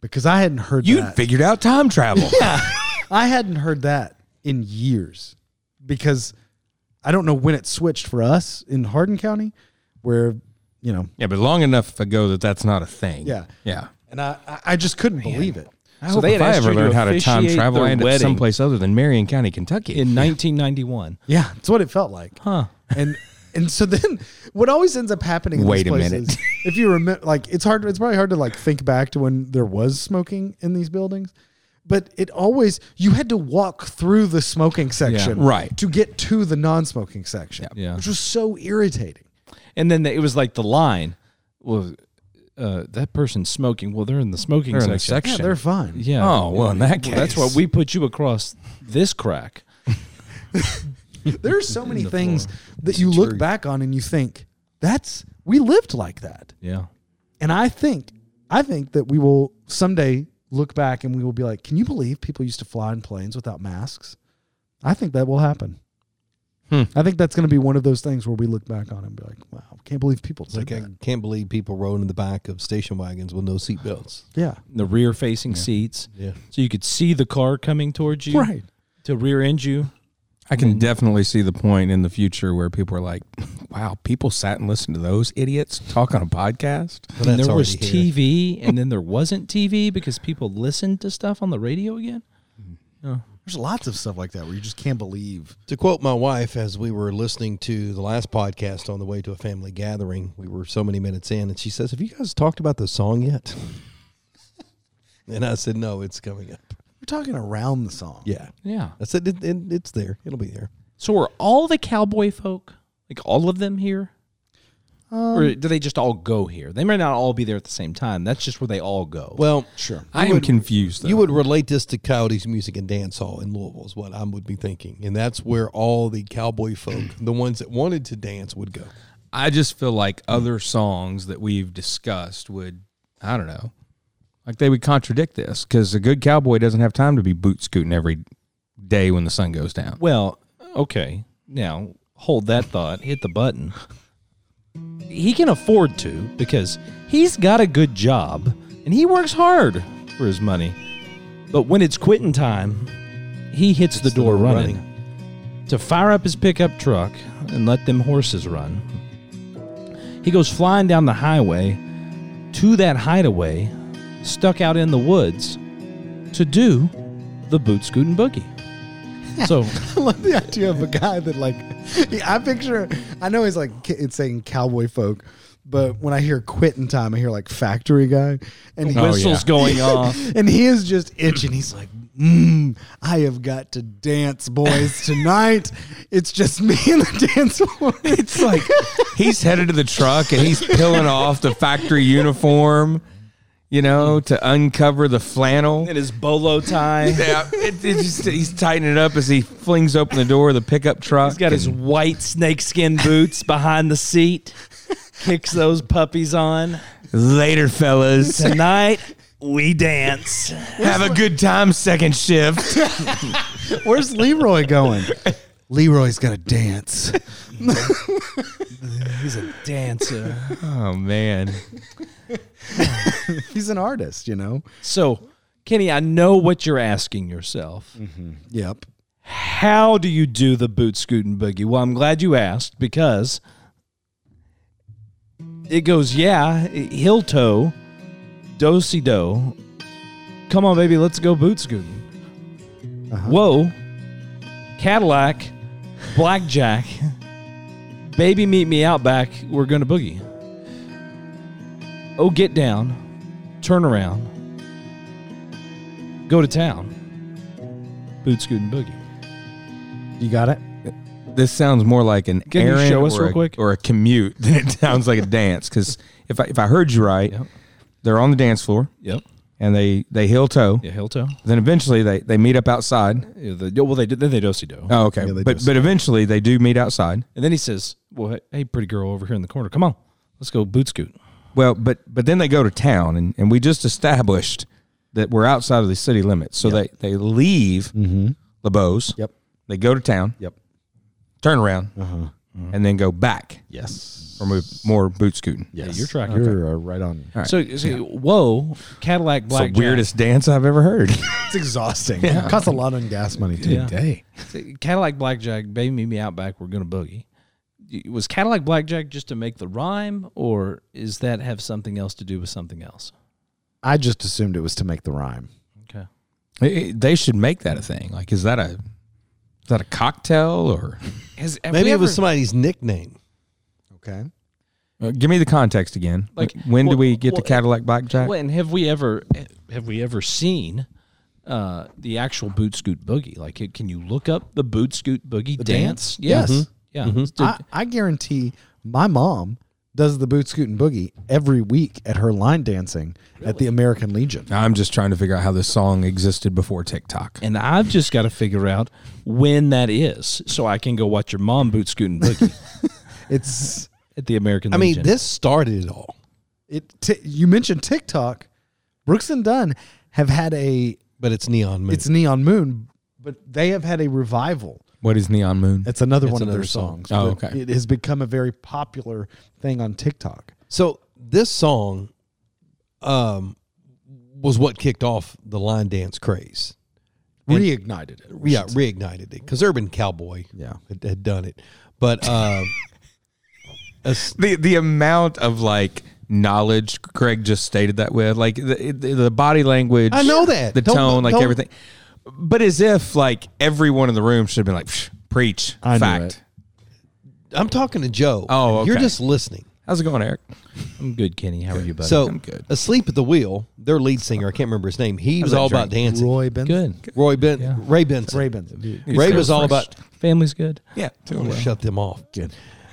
[SPEAKER 2] Because I hadn't heard
[SPEAKER 4] You
[SPEAKER 2] that.
[SPEAKER 4] figured out time travel.
[SPEAKER 2] I hadn't heard that in years because I don't know when it switched for us in Hardin County, where you know,
[SPEAKER 4] Yeah, but long enough ago that that's not a thing.
[SPEAKER 2] Yeah.
[SPEAKER 4] Yeah.
[SPEAKER 2] and I I- I just couldn't believe it.
[SPEAKER 4] I
[SPEAKER 3] So
[SPEAKER 4] hope
[SPEAKER 3] they
[SPEAKER 4] if
[SPEAKER 3] had
[SPEAKER 4] I
[SPEAKER 3] asked
[SPEAKER 4] ever
[SPEAKER 3] you to
[SPEAKER 4] learned how to time
[SPEAKER 3] officiate
[SPEAKER 4] travel,
[SPEAKER 3] their
[SPEAKER 4] I end
[SPEAKER 3] wedding.
[SPEAKER 4] up someplace other than Marion County, Kentucky.
[SPEAKER 3] In 1991.
[SPEAKER 2] Yeah, that's what it felt like.
[SPEAKER 3] Huh.
[SPEAKER 2] And and so then, what always ends up happening? In
[SPEAKER 4] Wait
[SPEAKER 2] these
[SPEAKER 4] a
[SPEAKER 2] places,
[SPEAKER 4] minute.
[SPEAKER 2] If you remember, like it's hard. It's probably hard to like think back to when there was smoking in these buildings. But it always you had to walk through the smoking section
[SPEAKER 4] right.
[SPEAKER 2] to get to the non-smoking section,
[SPEAKER 3] Yeah.
[SPEAKER 2] which was so irritating.
[SPEAKER 3] And then it was like the line. Well, uh, that person's smoking. Well, they're in the smoking
[SPEAKER 4] They're in the
[SPEAKER 3] section.
[SPEAKER 2] Yeah,
[SPEAKER 4] section.
[SPEAKER 2] they're fine.
[SPEAKER 3] Yeah.
[SPEAKER 4] Oh, well, in that
[SPEAKER 3] Well, that's why
[SPEAKER 4] case.
[SPEAKER 3] we put you across this crack.
[SPEAKER 2] There are so many things that you look back on and you think that's we lived like that.
[SPEAKER 3] Yeah.
[SPEAKER 2] And I think I think that we will someday look back and we will be like, can you believe people used to fly in planes without masks? I think that will happen.
[SPEAKER 4] Hmm.
[SPEAKER 2] I think that's going to be one of those things where we look back on it and be like, wow, can't believe people
[SPEAKER 1] It's
[SPEAKER 2] did
[SPEAKER 1] like I
[SPEAKER 2] that.
[SPEAKER 1] can't believe people rode in the back of station wagons with no seatbelts.
[SPEAKER 2] Yeah.
[SPEAKER 3] The rear facing seats.
[SPEAKER 1] Yeah.
[SPEAKER 3] So you could see the car coming towards you
[SPEAKER 2] Right.
[SPEAKER 3] to rear end you.
[SPEAKER 4] I can definitely see the point in the future where people are like, wow, people sat and listened to those idiots talk on a podcast.
[SPEAKER 1] But
[SPEAKER 3] and
[SPEAKER 1] that's
[SPEAKER 3] there was
[SPEAKER 1] already here.
[SPEAKER 3] TV, and then there wasn't TV because people listened to stuff on the radio again.
[SPEAKER 2] There's lots of stuff like that where you just can't believe.
[SPEAKER 1] To quote my wife, as we were listening to the last podcast on the way to a family gathering, we were so many minutes in, and she says, Have you guys talked about the song yet? [LAUGHS] and I said, No, it's coming up.
[SPEAKER 2] We're talking around the song.
[SPEAKER 1] Yeah.
[SPEAKER 3] Yeah.
[SPEAKER 1] I said, it, it, It's there. It'll be there.
[SPEAKER 3] So are all the cowboy folk, like all of them here? or do they just all go here? They may not all be there at the same time. That's just where they all go.
[SPEAKER 1] Well,
[SPEAKER 2] Sure.
[SPEAKER 4] I am confused. Though.
[SPEAKER 1] you would relate this to Coyotes Music and Dance Hall in Louisville, is what I would be thinking. And that's where all the cowboy folk, the ones that wanted to dance, would go.
[SPEAKER 4] I just feel like other songs that we've discussed would, I don't know, like they would contradict this because a good cowboy doesn't have time to be boot scooting every day when the sun goes down.
[SPEAKER 3] Well, okay. Now hold that thought. Hit the button. He can afford to because he's got a good job and he works hard for his money. But when it's quitting time, he hits the door running, to fire up his pickup truck and let them horses run. He goes flying down the highway to that hideaway stuck out in the woods to do the boot scooting boogie. So
[SPEAKER 2] [LAUGHS] I love the idea of a guy that like [LAUGHS] I picture. I know he's like ki- it's saying cowboy folk, but when I hear quitting time, I hear like factory guy, and he,
[SPEAKER 4] Oh, yeah.
[SPEAKER 3] whistles going off. [LAUGHS]
[SPEAKER 2] and he is just itching. He's like, mm, I have got to dance, [LAUGHS] boys, tonight. It's just me and the dance floor. It's like
[SPEAKER 4] he's headed to the truck and he's peeling off the factory uniform, you know, to uncover the flannel.
[SPEAKER 3] And his bolo tie.
[SPEAKER 4] Yeah, it, it just, he's tightening it up as he flings open the door of the pickup truck.
[SPEAKER 3] He's got his
[SPEAKER 4] and-
[SPEAKER 3] white snakeskin boots behind the seat. Kicks those puppies on.
[SPEAKER 4] later, fellas.
[SPEAKER 3] Tonight, we dance.
[SPEAKER 4] Have a good time, second shift.
[SPEAKER 2] [LAUGHS] where's Leroy [LAUGHS] going? Leroy's got to [LAUGHS] dance.
[SPEAKER 3] He's a dancer.
[SPEAKER 4] Oh man,
[SPEAKER 2] He's an artist, you know.
[SPEAKER 3] So, Kenny, I know what you're asking yourself.
[SPEAKER 2] Yep.
[SPEAKER 3] How do you do the boot scooting boogie? Well, I'm glad you asked because it goes, yeah, heel toe, do si do. Come on, baby, let's go boot scooting.
[SPEAKER 2] Uh-huh.
[SPEAKER 3] Whoa, Cadillac, Blackjack, baby, meet me out back. We're gonna boogie. Oh, get down, turn around, go to town, boot scooting boogie.
[SPEAKER 2] You got it.
[SPEAKER 4] this sounds more like an
[SPEAKER 5] Can you
[SPEAKER 4] errand
[SPEAKER 5] show us
[SPEAKER 4] or,
[SPEAKER 5] real
[SPEAKER 4] a,
[SPEAKER 5] quick?
[SPEAKER 4] or a commute than it sounds like a dance. Because if I, if I heard you right,
[SPEAKER 5] Yep.
[SPEAKER 4] they're on the dance floor
[SPEAKER 5] Yep.
[SPEAKER 4] and they they heel toe.
[SPEAKER 5] Yeah, Hilto.
[SPEAKER 4] Then eventually they they meet up outside.
[SPEAKER 5] Yeah, the, well, they did. Then they do do.
[SPEAKER 4] Oh, okay.
[SPEAKER 2] Yeah, they
[SPEAKER 4] but
[SPEAKER 2] do.
[SPEAKER 4] but eventually they do meet outside.
[SPEAKER 5] And then he says, "Well, hey, hey, pretty girl over here in the corner. Come on, let's go boot scoot."
[SPEAKER 4] Well, but but then they go to town, and, and we just established that we're outside of the city limits. So they they leave
[SPEAKER 1] Mm-hmm.
[SPEAKER 4] LeBeau's.
[SPEAKER 2] Yep.
[SPEAKER 4] They go to town.
[SPEAKER 2] Yep.
[SPEAKER 4] Turn around,
[SPEAKER 1] Uh-huh.
[SPEAKER 4] and then go back
[SPEAKER 2] Yes.
[SPEAKER 4] for mo- more boot scooting.
[SPEAKER 2] Yes.
[SPEAKER 5] you're tracking.
[SPEAKER 2] You're uh, right on.
[SPEAKER 4] All right.
[SPEAKER 5] So, so whoa, Cadillac
[SPEAKER 4] it's
[SPEAKER 5] Black.
[SPEAKER 4] the weirdest dance I've ever heard. [LAUGHS]
[SPEAKER 2] It's exhausting. It costs a lot on gas money too.
[SPEAKER 5] Yeah.
[SPEAKER 2] Day.
[SPEAKER 5] Cadillac Blackjack, Baby Meet Me Out Back, We're Gonna Boogie. Y- Was Cadillac Blackjack just to make the rhyme, or is that have something else to do with something else?
[SPEAKER 2] I just assumed it was to make the rhyme.
[SPEAKER 5] Okay.
[SPEAKER 4] It- it- they should make that a thing. Like, is that a is that a cocktail or?
[SPEAKER 5] Has, have
[SPEAKER 1] Maybe
[SPEAKER 5] we
[SPEAKER 1] it was
[SPEAKER 5] ever-
[SPEAKER 1] somebody's nickname.
[SPEAKER 2] Okay.
[SPEAKER 4] Uh, give me the context again.
[SPEAKER 5] Like,
[SPEAKER 4] Like, when
[SPEAKER 5] well-
[SPEAKER 4] do we get
[SPEAKER 5] well,
[SPEAKER 4] to Cadillac Blackjack?
[SPEAKER 5] Well, and have we ever have we ever seen uh, the actual boot scoot boogie? Like, it- can you look up the boot scoot boogie dance?
[SPEAKER 2] Yes.
[SPEAKER 5] Yeah. Yeah. Did-
[SPEAKER 2] I, I guarantee my mom does the boot scoot and boogie every week at her line dancing at the American Legion.
[SPEAKER 4] I'm just trying to figure out how this song existed before TikTok.
[SPEAKER 5] and I've just got to figure out when that is, so I can go watch your mom boot scooting boogie
[SPEAKER 2] It's
[SPEAKER 5] at the American.
[SPEAKER 1] I mean,
[SPEAKER 5] Legion.
[SPEAKER 1] this started it all.
[SPEAKER 2] it. T- you mentioned TikTok. Brooks and Dunn have had a
[SPEAKER 1] But it's Neon Moon.
[SPEAKER 2] it's Neon Moon, but they have had a revival.
[SPEAKER 4] What is Neon Moon?
[SPEAKER 2] It's another one of
[SPEAKER 1] another
[SPEAKER 2] their
[SPEAKER 1] song.
[SPEAKER 2] songs.
[SPEAKER 4] Oh,
[SPEAKER 2] but
[SPEAKER 4] okay.
[SPEAKER 2] It has become a very popular thing on TikTok.
[SPEAKER 1] so this song um, was what kicked off the line dance craze.
[SPEAKER 2] Reignited it. we
[SPEAKER 1] Yeah,
[SPEAKER 2] should say.
[SPEAKER 1] reignited it because Urban Cowboy
[SPEAKER 2] Yeah.
[SPEAKER 1] had, had done it. But
[SPEAKER 4] [LAUGHS]
[SPEAKER 1] uh, as-
[SPEAKER 4] the the amount of like knowledge Craig just stated that with like the, the, the body language.
[SPEAKER 1] I know that.
[SPEAKER 4] the
[SPEAKER 1] Don't-
[SPEAKER 4] tone, like
[SPEAKER 1] don't-
[SPEAKER 4] everything. But as if like everyone in the room should have been like, "Psh, preach
[SPEAKER 2] I knew
[SPEAKER 4] fact.
[SPEAKER 2] it.
[SPEAKER 1] I'm talking to Joe.
[SPEAKER 4] Oh,
[SPEAKER 1] You're
[SPEAKER 4] okay.
[SPEAKER 1] just listening.
[SPEAKER 4] How's it going, Eric?
[SPEAKER 5] I'm good, Kenny. How are you, buddy?
[SPEAKER 1] So,
[SPEAKER 4] I'm good.
[SPEAKER 1] Asleep at the Wheel, their lead singer, I can't remember his name. He was
[SPEAKER 4] that
[SPEAKER 1] all about
[SPEAKER 4] drink?
[SPEAKER 1] dancing. Roy,
[SPEAKER 2] Roy Benson.
[SPEAKER 5] good.
[SPEAKER 1] Ben, Ray Benson.
[SPEAKER 2] Ray Benson.
[SPEAKER 1] Ray was all about.
[SPEAKER 5] Family's good.
[SPEAKER 4] Yeah.
[SPEAKER 1] I'm gonna shut them off.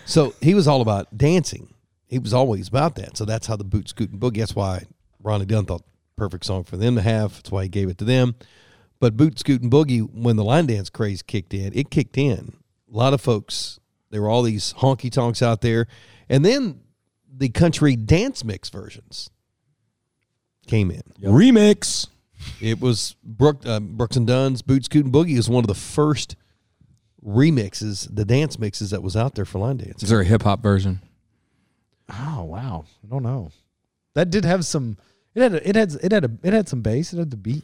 [SPEAKER 1] So he was all about dancing. He was always about that. So that's how the boot scoot and boogie. That's why Ronnie Dunn thought perfect song for them to have. That's why he gave it to them. But boot scoot and boogie, when the line dance craze kicked in, it kicked in. A lot of folks. There were all these honky tonks out there, and then the country dance mix versions came in.
[SPEAKER 4] Remix.
[SPEAKER 1] It was Brook, uh, Brooks and Dunn's Boots, Scoot, and Boogie is one of the first remixes, the dance mixes that was out there for line dance.
[SPEAKER 4] Is there a hip hop version?
[SPEAKER 2] Oh wow. I don't know. That did have some it had a, it had it had a it had some bass, it had the beat.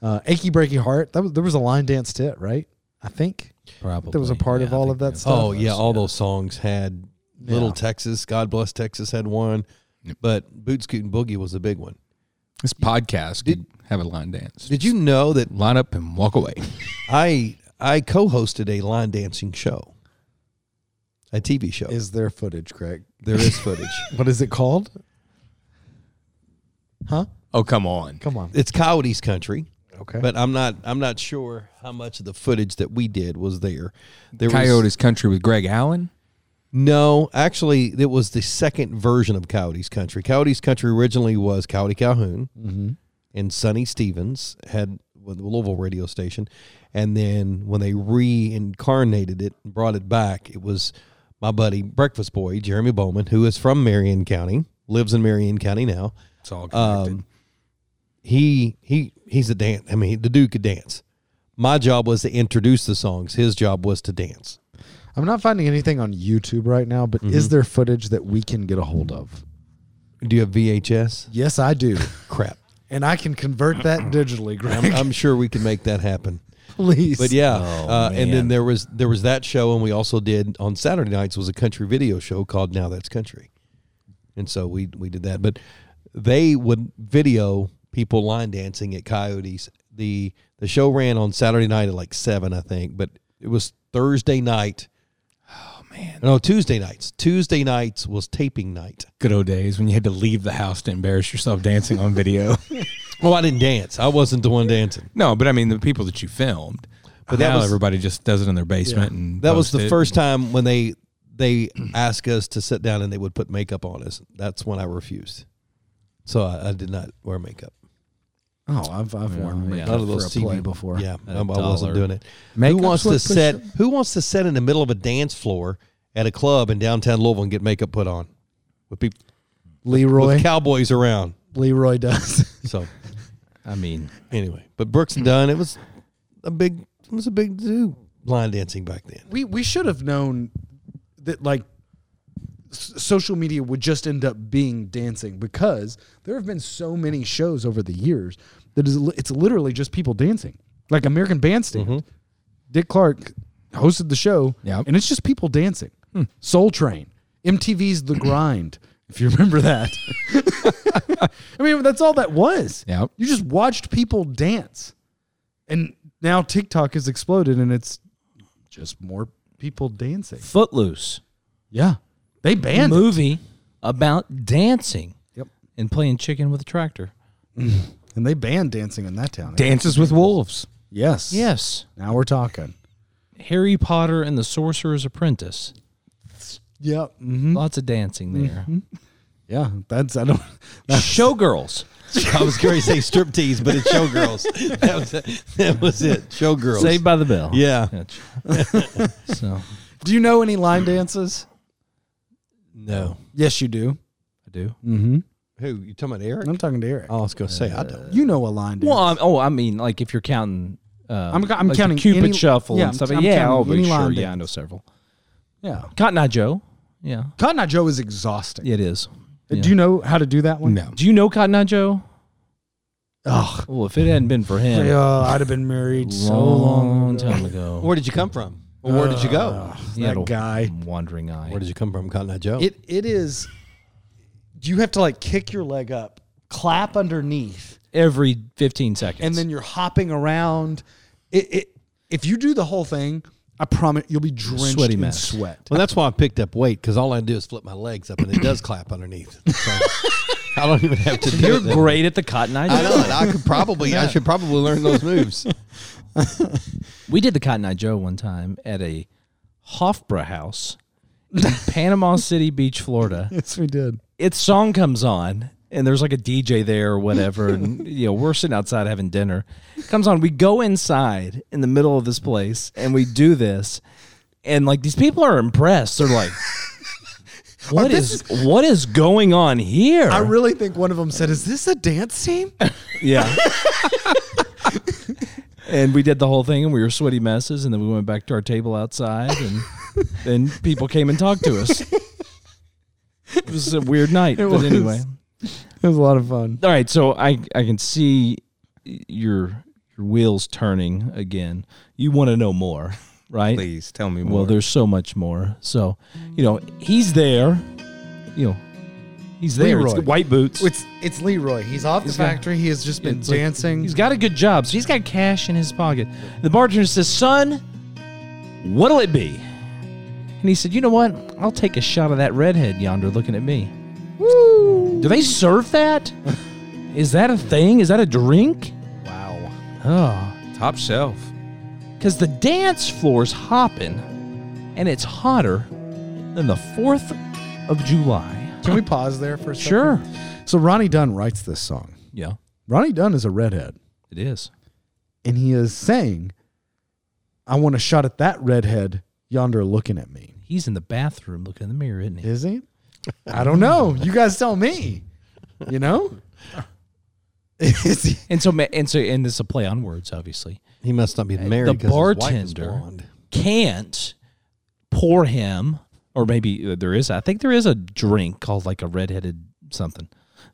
[SPEAKER 2] Uh achy breaky heart. That was there was a line dance to it, right? I think.
[SPEAKER 5] Probably.
[SPEAKER 2] There was a part of
[SPEAKER 5] Yeah, I
[SPEAKER 2] all
[SPEAKER 5] think
[SPEAKER 2] of that
[SPEAKER 5] was-
[SPEAKER 2] stuff.
[SPEAKER 1] oh, yeah. All those songs had Little Texas, God Bless Texas had one, but Boots, Scoot, and Boogie was a big one.
[SPEAKER 4] This podcast could have a line dance.
[SPEAKER 1] Did you know that
[SPEAKER 4] Line up and walk away.
[SPEAKER 1] I I co hosted a line dancing show? A TV show.
[SPEAKER 2] Is there footage, [LAUGHS] Craig?
[SPEAKER 1] there is footage.
[SPEAKER 2] What is it called?
[SPEAKER 4] oh come on.
[SPEAKER 2] Come on.
[SPEAKER 1] It's Coyotes Country.
[SPEAKER 2] Okay.
[SPEAKER 1] But I'm not. I'm not sure how much of the footage that we did was there. There was,
[SPEAKER 4] Coyotes Country with Greg Allen.
[SPEAKER 1] No, actually, it was the second version of Coyotes Country. Coyotes Country originally was Coyote Calhoun and Sonny Stevens had with the Louisville radio station, and then when they reincarnated it and brought it back, it was my buddy Breakfast Boy Jeremy Bowman, who is from Marion County, lives in Marion County now.
[SPEAKER 4] It's all connected.
[SPEAKER 1] Um, he he he's a dance. I mean, the dude could dance. My job was to introduce the songs. His job was to dance.
[SPEAKER 2] I'm not finding anything on YouTube right now, but is there footage that we can get a hold of?
[SPEAKER 1] Do you have VHS?
[SPEAKER 2] Yes, I do.
[SPEAKER 1] Crap.
[SPEAKER 2] [LAUGHS] and I can convert that digitally, Greg.
[SPEAKER 1] I'm, I'm sure we can make that happen.
[SPEAKER 2] Please.
[SPEAKER 1] But [LAUGHS] yeah, uh, and then
[SPEAKER 5] man.
[SPEAKER 1] there was there was that show, and we also did on Saturday nights was a country video show called Now That's Country, and so we we did that. But they would video people line dancing at Coyotes. the The show ran on Saturday night at like seven, I think, but it was Thursday night. Oh man! No, Tuesday nights. Tuesday nights was taping night.
[SPEAKER 4] Good old days when you had to leave the house to embarrass yourself dancing on video.
[SPEAKER 1] Oh, Well, I didn't dance. I wasn't the one dancing.
[SPEAKER 4] No, but I mean the people that you filmed.
[SPEAKER 1] But that
[SPEAKER 4] now
[SPEAKER 1] was
[SPEAKER 4] everybody just does it in their basement and
[SPEAKER 1] that was
[SPEAKER 4] posts
[SPEAKER 1] the
[SPEAKER 4] it.
[SPEAKER 1] first time when they they asked us to sit down and they would put makeup on us. That's when I refused. So I, I did not wear makeup.
[SPEAKER 2] Oh, I've I've worn
[SPEAKER 3] yeah.
[SPEAKER 2] makeup
[SPEAKER 1] None of
[SPEAKER 2] for
[SPEAKER 1] those
[SPEAKER 2] a
[SPEAKER 1] TV
[SPEAKER 2] play before.
[SPEAKER 1] Yeah, I,
[SPEAKER 3] a
[SPEAKER 1] I wasn't
[SPEAKER 3] dollar.
[SPEAKER 1] doing it.
[SPEAKER 2] Makeup's
[SPEAKER 1] who wants
[SPEAKER 2] what
[SPEAKER 1] to
[SPEAKER 2] push
[SPEAKER 1] set?
[SPEAKER 2] it.
[SPEAKER 1] Who wants to sit in the middle of a dance floor at a club in downtown Louisville and get makeup put on with people
[SPEAKER 2] Leroy
[SPEAKER 1] with cowboys around?
[SPEAKER 2] Leroy [LAUGHS] does.
[SPEAKER 1] So
[SPEAKER 3] I mean,
[SPEAKER 1] anyway, but Brooks and Dunn, it was a big, it was a big do line dancing back then.
[SPEAKER 2] we we should have known that like s- social media would just end up being dancing because there have been so many shows over the years that is li- it's literally just people dancing like American Bandstand. Dick Clark hosted the show,
[SPEAKER 4] Mm-hmm. Yep. Hmm.
[SPEAKER 2] and it's just people dancing. Soul Train, MTV's The Grind. If you remember that, [LAUGHS] I mean that's all that was.
[SPEAKER 4] Yep.
[SPEAKER 2] You just watched people dance, and now TikTok has exploded, and it's just more people dancing.
[SPEAKER 3] Footloose
[SPEAKER 2] Yeah. They banned it.
[SPEAKER 3] movie about dancing.
[SPEAKER 2] Yep.
[SPEAKER 3] And playing chicken with a tractor.
[SPEAKER 2] And they banned dancing in that town.
[SPEAKER 4] dances with wolves.
[SPEAKER 2] yes.
[SPEAKER 3] Yes.
[SPEAKER 2] Now we're talking.
[SPEAKER 3] Harry Potter and the Sorcerer's Apprentice.
[SPEAKER 2] Yep. Mm.
[SPEAKER 3] Lots of dancing there.
[SPEAKER 2] Mm-hmm. Yeah. That's, I don't, [LAUGHS]
[SPEAKER 3] Showgirls.
[SPEAKER 1] I was going to say striptease, but it's showgirls. [LAUGHS] That was it. That was it. Showgirls.
[SPEAKER 3] Saved by the Bell.
[SPEAKER 1] yeah.
[SPEAKER 3] Gotcha. [LAUGHS] so
[SPEAKER 2] do you know any line dances?
[SPEAKER 1] No.
[SPEAKER 2] Yes, you do.
[SPEAKER 3] I do.
[SPEAKER 2] Mm-hmm.
[SPEAKER 1] Who you talking about, Eric?
[SPEAKER 2] I'm talking to Eric.
[SPEAKER 1] I was going to say I don't.
[SPEAKER 2] you know a line dance.
[SPEAKER 3] Well, i oh, I mean, like if you're counting, uh,
[SPEAKER 2] I'm ca- I'm
[SPEAKER 3] like the
[SPEAKER 2] counting
[SPEAKER 3] Cupid
[SPEAKER 2] any-
[SPEAKER 3] Shuffle
[SPEAKER 2] yeah, I'm-
[SPEAKER 3] and stuff.
[SPEAKER 2] I'm
[SPEAKER 3] yeah,
[SPEAKER 2] counting
[SPEAKER 3] oh,
[SPEAKER 2] any
[SPEAKER 3] sure.
[SPEAKER 2] line
[SPEAKER 3] yeah, I
[SPEAKER 2] dance.
[SPEAKER 3] know several.
[SPEAKER 2] yeah.
[SPEAKER 3] Cotton Eye Joe. Yeah,
[SPEAKER 2] Cotton Eye Joe is exhausting.
[SPEAKER 3] it is. Yeah.
[SPEAKER 2] Do you know how to do that one?
[SPEAKER 4] No.
[SPEAKER 3] Do you know Cotton Eye Joe?
[SPEAKER 2] Ugh.
[SPEAKER 3] Well, if it hadn't been for him,
[SPEAKER 2] Yeah, I'd have been [LAUGHS] married so
[SPEAKER 3] long,
[SPEAKER 2] long.
[SPEAKER 3] long time ago.
[SPEAKER 1] Where did you come from? Or where did you go?
[SPEAKER 3] He had
[SPEAKER 2] That
[SPEAKER 3] a
[SPEAKER 2] guy.
[SPEAKER 3] wandering eye.
[SPEAKER 1] Where did you come from, Cotton Eye Joe?
[SPEAKER 2] It it is. You have to like kick your leg up, clap underneath,
[SPEAKER 3] Every 15 seconds,
[SPEAKER 2] and then you're hopping around. It, it if you do the whole thing, I promise you'll be drenched
[SPEAKER 3] Sweaty
[SPEAKER 2] in
[SPEAKER 3] mess.
[SPEAKER 2] sweat.
[SPEAKER 1] well, that's why I picked up weight because all I do is flip my legs up and it does clap underneath. So I don't even have to. Do
[SPEAKER 3] you're
[SPEAKER 1] that.
[SPEAKER 3] great at the Cotton Eye. Joe.
[SPEAKER 1] I know. And I could probably. I should probably learn those moves.
[SPEAKER 3] We did the Cotton Eye Joe one time at a Hofbra house [LAUGHS] in Panama City Beach, Florida.
[SPEAKER 2] [LAUGHS] Yes, we did.
[SPEAKER 3] Its song comes on, and there's like a DJ there or whatever. And,
[SPEAKER 2] [LAUGHS]
[SPEAKER 3] you know, we're sitting outside having dinner. Comes on. We go inside in the middle of this place, and we do this. And like these people are impressed. They're
[SPEAKER 2] [LAUGHS]
[SPEAKER 3] like, "What is what is going on here?"
[SPEAKER 2] I really think one of them said, "Is this a dance [LAUGHS] team?"
[SPEAKER 3] Yeah. and we did the whole thing, and we were sweaty messes, and then we went back to our table outside,
[SPEAKER 2] [LAUGHS]
[SPEAKER 3] and then people came and talked to us. It was a weird night, but
[SPEAKER 2] was.
[SPEAKER 3] anyway.
[SPEAKER 2] It was a lot of fun.
[SPEAKER 3] All right, so I I can see your your wheels turning again. You want to know more, [LAUGHS] right?
[SPEAKER 4] Please tell me more.
[SPEAKER 3] Well, there's so much more. So, you know, he's there. You know, he's there. It's
[SPEAKER 2] Leroy.
[SPEAKER 3] white boots.
[SPEAKER 2] It's it's Leroy. He's off the factory. he has just been
[SPEAKER 3] It's like-
[SPEAKER 2] dancing.
[SPEAKER 3] he's got a good job, so he's got cash in his pocket. The bartender says, "Son, what'll it be?" And he said, "You know what? I'll take a shot of that redhead yonder looking at me." Woo! Do they serve that? Is that a thing? Is that a drink?
[SPEAKER 4] wow.
[SPEAKER 3] Oh,
[SPEAKER 4] Top shelf.
[SPEAKER 3] because the dance floor's hopping, and it's hotter than the Fourth of July.
[SPEAKER 2] Can we pause there for a second?
[SPEAKER 3] Sure.
[SPEAKER 2] So Ronnie Dunn writes this song.
[SPEAKER 3] Yeah,
[SPEAKER 2] Ronnie Dunn is a redhead.
[SPEAKER 3] it is.
[SPEAKER 2] and he is saying, I want a shot at that redhead yonder looking at me.
[SPEAKER 3] He's in the bathroom looking in the mirror, isn't he?
[SPEAKER 2] Is he? I don't know. You guys tell me. You know? Is he-
[SPEAKER 3] And so, ma- and so, and this is a play on words, obviously.
[SPEAKER 1] He must not be married. 'cause his wife is
[SPEAKER 3] bartender.
[SPEAKER 1] blonde.
[SPEAKER 3] can't pour him, or maybe uh, there is. I think there is a drink called like a redheaded something,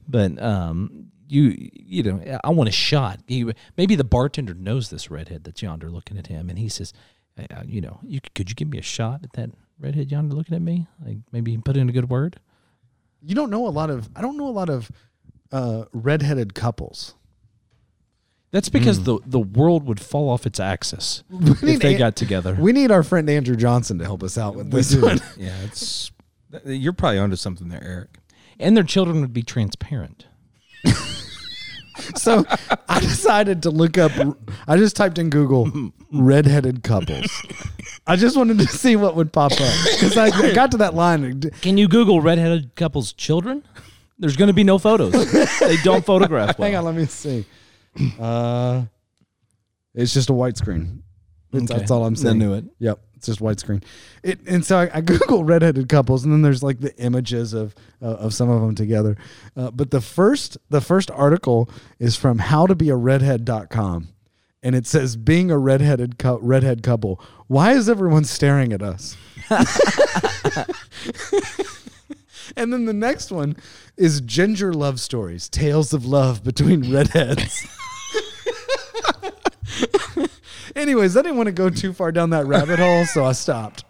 [SPEAKER 3] but um, you you know, I want a shot. You, maybe the bartender knows this redhead that's yonder looking at him, and he says, "Hey, uh, you know, you could you give me a shot at that redhead yonder looking at me? Like maybe you can put in a good word.
[SPEAKER 2] you don't know a lot of, I don't know a lot of uh, redheaded couples.
[SPEAKER 3] That's because the the world would fall off its axis
[SPEAKER 2] [LAUGHS]
[SPEAKER 3] if
[SPEAKER 2] Hmm. need
[SPEAKER 3] they
[SPEAKER 2] a-
[SPEAKER 3] got together.
[SPEAKER 2] We need our friend Andrew Johnson to help us out with this one. [LAUGHS]
[SPEAKER 4] Yeah, it's th- you're probably onto something there, Eric.
[SPEAKER 3] and their children would be transparent.
[SPEAKER 2] so I decided to look up. I just typed in Google redheaded couples. I just wanted to see what would pop up because I got to that line. and d-
[SPEAKER 3] Can you Google redheaded couples children? There's going to be no photos. they don't photograph well.
[SPEAKER 2] Hang on, let me see. Uh, it's just a white screen. It's, That's all I'm saying.
[SPEAKER 3] I knew it.
[SPEAKER 2] Yep, it's just white screen. It and so I, [LAUGHS] I Google redheaded couples, and then there's like the images of uh, of some of them together. Uh, but the first the first article is from howtobearedhead.com, and it says being a redheaded cou- redhead couple. Why is everyone staring at us? [LAUGHS] And then the next one is ginger love stories, tales of love between redheads. [LAUGHS] Anyways, I didn't want to go too far down that rabbit hole, so I stopped.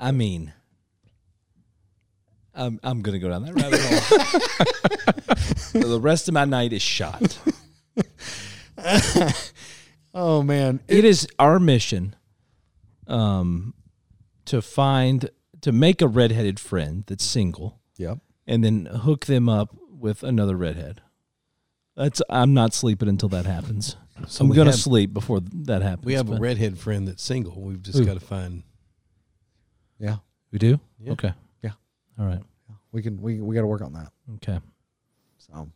[SPEAKER 3] I mean, I'm, I'm going to go down that rabbit hole. [LAUGHS] the rest of my night is shot.
[SPEAKER 2] Oh man,
[SPEAKER 3] it is our mission um, to find, to make a redheaded friend that's single
[SPEAKER 2] yep.
[SPEAKER 3] and then hook them up with another redhead. That's I'm not sleeping until that happens. I'm
[SPEAKER 1] we
[SPEAKER 3] gonna
[SPEAKER 1] have-
[SPEAKER 3] sleep before that happens.
[SPEAKER 1] We have a
[SPEAKER 3] but-
[SPEAKER 1] redhead friend that's single. We've just got to find.
[SPEAKER 2] Yeah,
[SPEAKER 3] We do?
[SPEAKER 1] Yeah.
[SPEAKER 3] Okay.
[SPEAKER 2] Yeah.
[SPEAKER 3] All right.
[SPEAKER 2] we can. We we got to work on that.
[SPEAKER 3] Okay.
[SPEAKER 2] So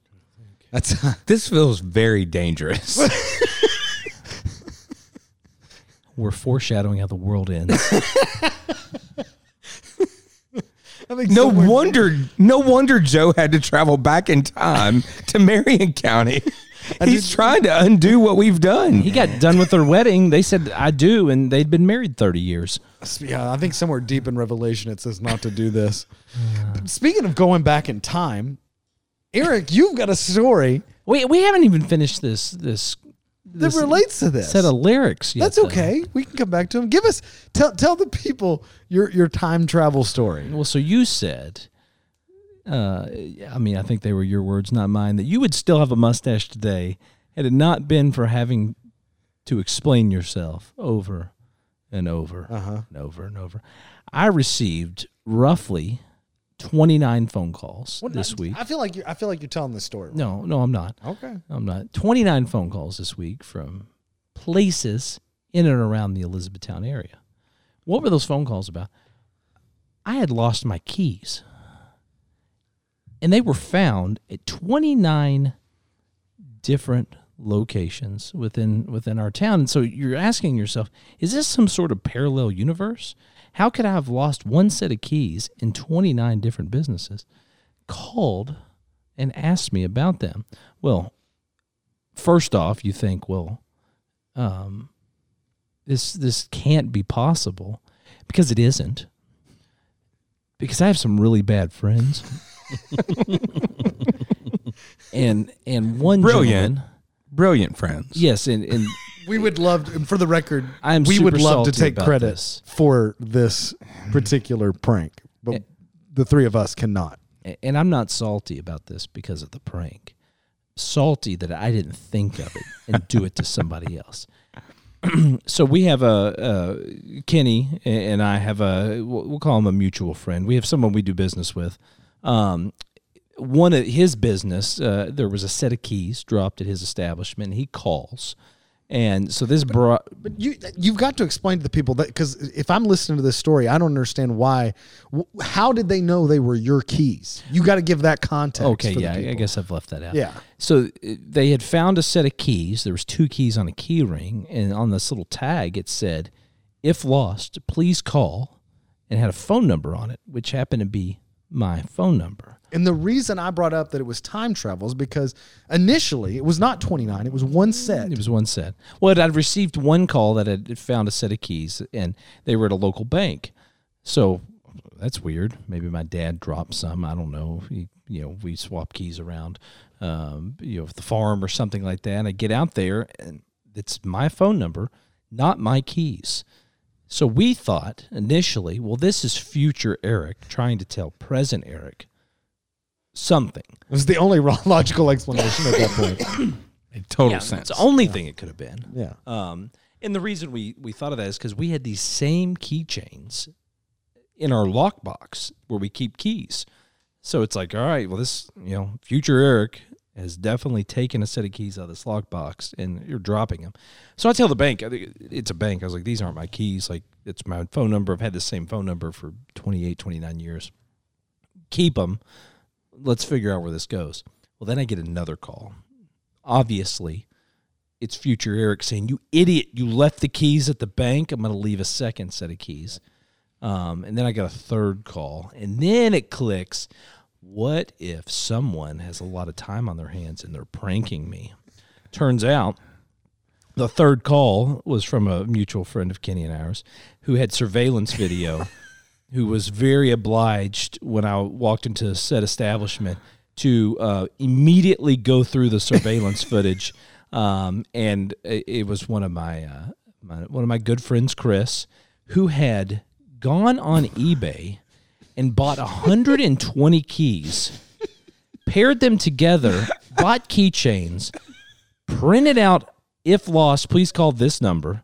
[SPEAKER 2] that's [LAUGHS]
[SPEAKER 4] This feels
[SPEAKER 1] [LAUGHS]
[SPEAKER 4] very dangerous. [LAUGHS]
[SPEAKER 3] We're foreshadowing how the world ends.
[SPEAKER 2] I think
[SPEAKER 4] No
[SPEAKER 2] somewhere-
[SPEAKER 4] wonder, no wonder Joe had to travel back in time to
[SPEAKER 1] [LAUGHS]
[SPEAKER 4] Marion County. He's trying to undo what we've done.
[SPEAKER 3] he got done with their wedding. They said I do, and they'd been married thirty years.
[SPEAKER 2] Yeah, I think somewhere deep in Revelation it says not to do [LAUGHS] this. But Speaking of going back in time, Eric, you've got a story
[SPEAKER 3] We we haven't even finished this this,
[SPEAKER 2] that
[SPEAKER 3] this
[SPEAKER 2] relates to this.
[SPEAKER 3] set of lyrics yet.
[SPEAKER 2] That's
[SPEAKER 3] though.
[SPEAKER 2] okay. We can come back to him. Give us tell tell the people your your time travel story.
[SPEAKER 3] Well, so you said, uh, I mean, I think they were your words, not mine, that you would still have a mustache today had it not been for having to explain yourself over and over
[SPEAKER 2] Uh-huh.
[SPEAKER 3] and over and over. I received roughly 29 phone calls this week.
[SPEAKER 2] I feel like you I feel like you're telling this story.
[SPEAKER 3] no, no, I'm not.
[SPEAKER 2] Okay.
[SPEAKER 3] I'm not. 29 phone calls this week from places in and around the Elizabethtown area. What were those phone calls about? I had lost my keys. And they were found at 29 different locations within within our town. And so you're asking yourself, is this some sort of parallel universe? How could I have lost one set of keys in 29 different businesses? Called and asked me about them. Well, first off, you think, well, um, this this can't be possible because it isn't. Because I have some really bad friends. and and one
[SPEAKER 4] Brilliant.
[SPEAKER 3] gentleman-
[SPEAKER 4] Brilliant friends.
[SPEAKER 3] yes, and, and
[SPEAKER 2] We would love to, for the record,
[SPEAKER 3] I am
[SPEAKER 2] we would
[SPEAKER 3] super
[SPEAKER 2] love to
[SPEAKER 3] salty
[SPEAKER 2] take
[SPEAKER 3] about
[SPEAKER 2] credit
[SPEAKER 3] this.
[SPEAKER 2] for this particular prank, but
[SPEAKER 3] Eh.
[SPEAKER 2] the three of us cannot.
[SPEAKER 3] A- and I'm not salty about this because of the prank. Salty that I didn't think of it and do it to somebody else. [CLEARS THROAT] so we have a, a Kenny a- and I have a we'll we'll call him a mutual friend. We have someone we do business with. Um, one of his business, uh, there was a set of keys dropped at his establishment. And he calls, and so this brought
[SPEAKER 2] But you you've got to explain to the people that because if I'm listening to this story, I don't understand why. W- how did they know they were your keys? You got to give that context.
[SPEAKER 3] Okay,
[SPEAKER 2] for the
[SPEAKER 3] yeah, I- I
[SPEAKER 2] people.
[SPEAKER 3] guess I've left that out.
[SPEAKER 2] Yeah.
[SPEAKER 3] So uh, they had found a set of keys. There was two keys on a key ring, and on this little tag it said, "If lost, please call," and had a phone number on it, which happened to be my phone number.
[SPEAKER 2] And the reason I brought up that it was time travel is because initially it was not 29, it was one set.
[SPEAKER 3] It was one set. Well, I'd received one call that had found a set of keys, and they were at a local bank. So that's weird. Maybe my dad dropped some. I don't know. He, you know, we swap keys around, um, you know, at the farm or something like that. And I get out there, and it's my phone number, not my keys. So we thought initially, well, this is future Eric trying to tell present Eric something.
[SPEAKER 2] It was the only [LAUGHS] ro- logical explanation at that point.
[SPEAKER 4] Made total
[SPEAKER 3] Yeah,
[SPEAKER 4] sense.
[SPEAKER 3] It's the only thing it could have been.
[SPEAKER 2] Yeah.
[SPEAKER 3] Um, and the reason we we thought of that is because we had these same keychains in our lockbox where we keep keys. So it's like, all right, well, this you know, future Eric has definitely taken a set of keys out of this lockbox and you're dropping them. So I tell the bank, I think it's a bank. I was like, these aren't my keys. Like, it's my phone number. I've had the same phone number for 28, 29 years. Keep them. Let's figure out where this goes. Well, then I get another call. Obviously, it's future Eric saying, You idiot, you left the keys at the bank. I'm going to leave a second set of keys. Um, and then I got a third call. And then it clicks. What if someone has a lot of time on their hands and they're pranking me? Turns out the third call was from a mutual friend of Kenny and ours who had surveillance video, who was very obliged when I walked into said establishment to uh, immediately go through the surveillance footage. Um, and it, it was one of my, uh, my one of my good friends, Chris, who had gone on eBay and bought 120 keys, paired them together, bought keychains, printed out if lost, please call this number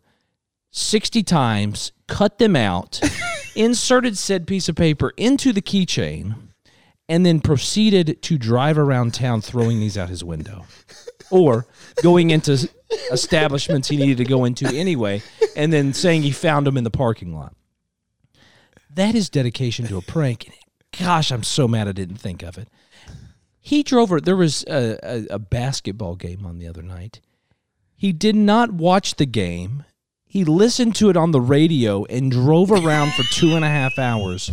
[SPEAKER 3] 60 times, cut them out, inserted said piece of paper into the keychain, and then proceeded to drive around town throwing these out his window or going into establishments he needed to go into anyway and then saying he found them in the parking lot. That is dedication to a prank. And Gosh, I'm so mad I didn't think of it. He drove her. There was a, a, a basketball game on the other night. He did not watch the game. He listened to it on the radio and drove around for two and a half hours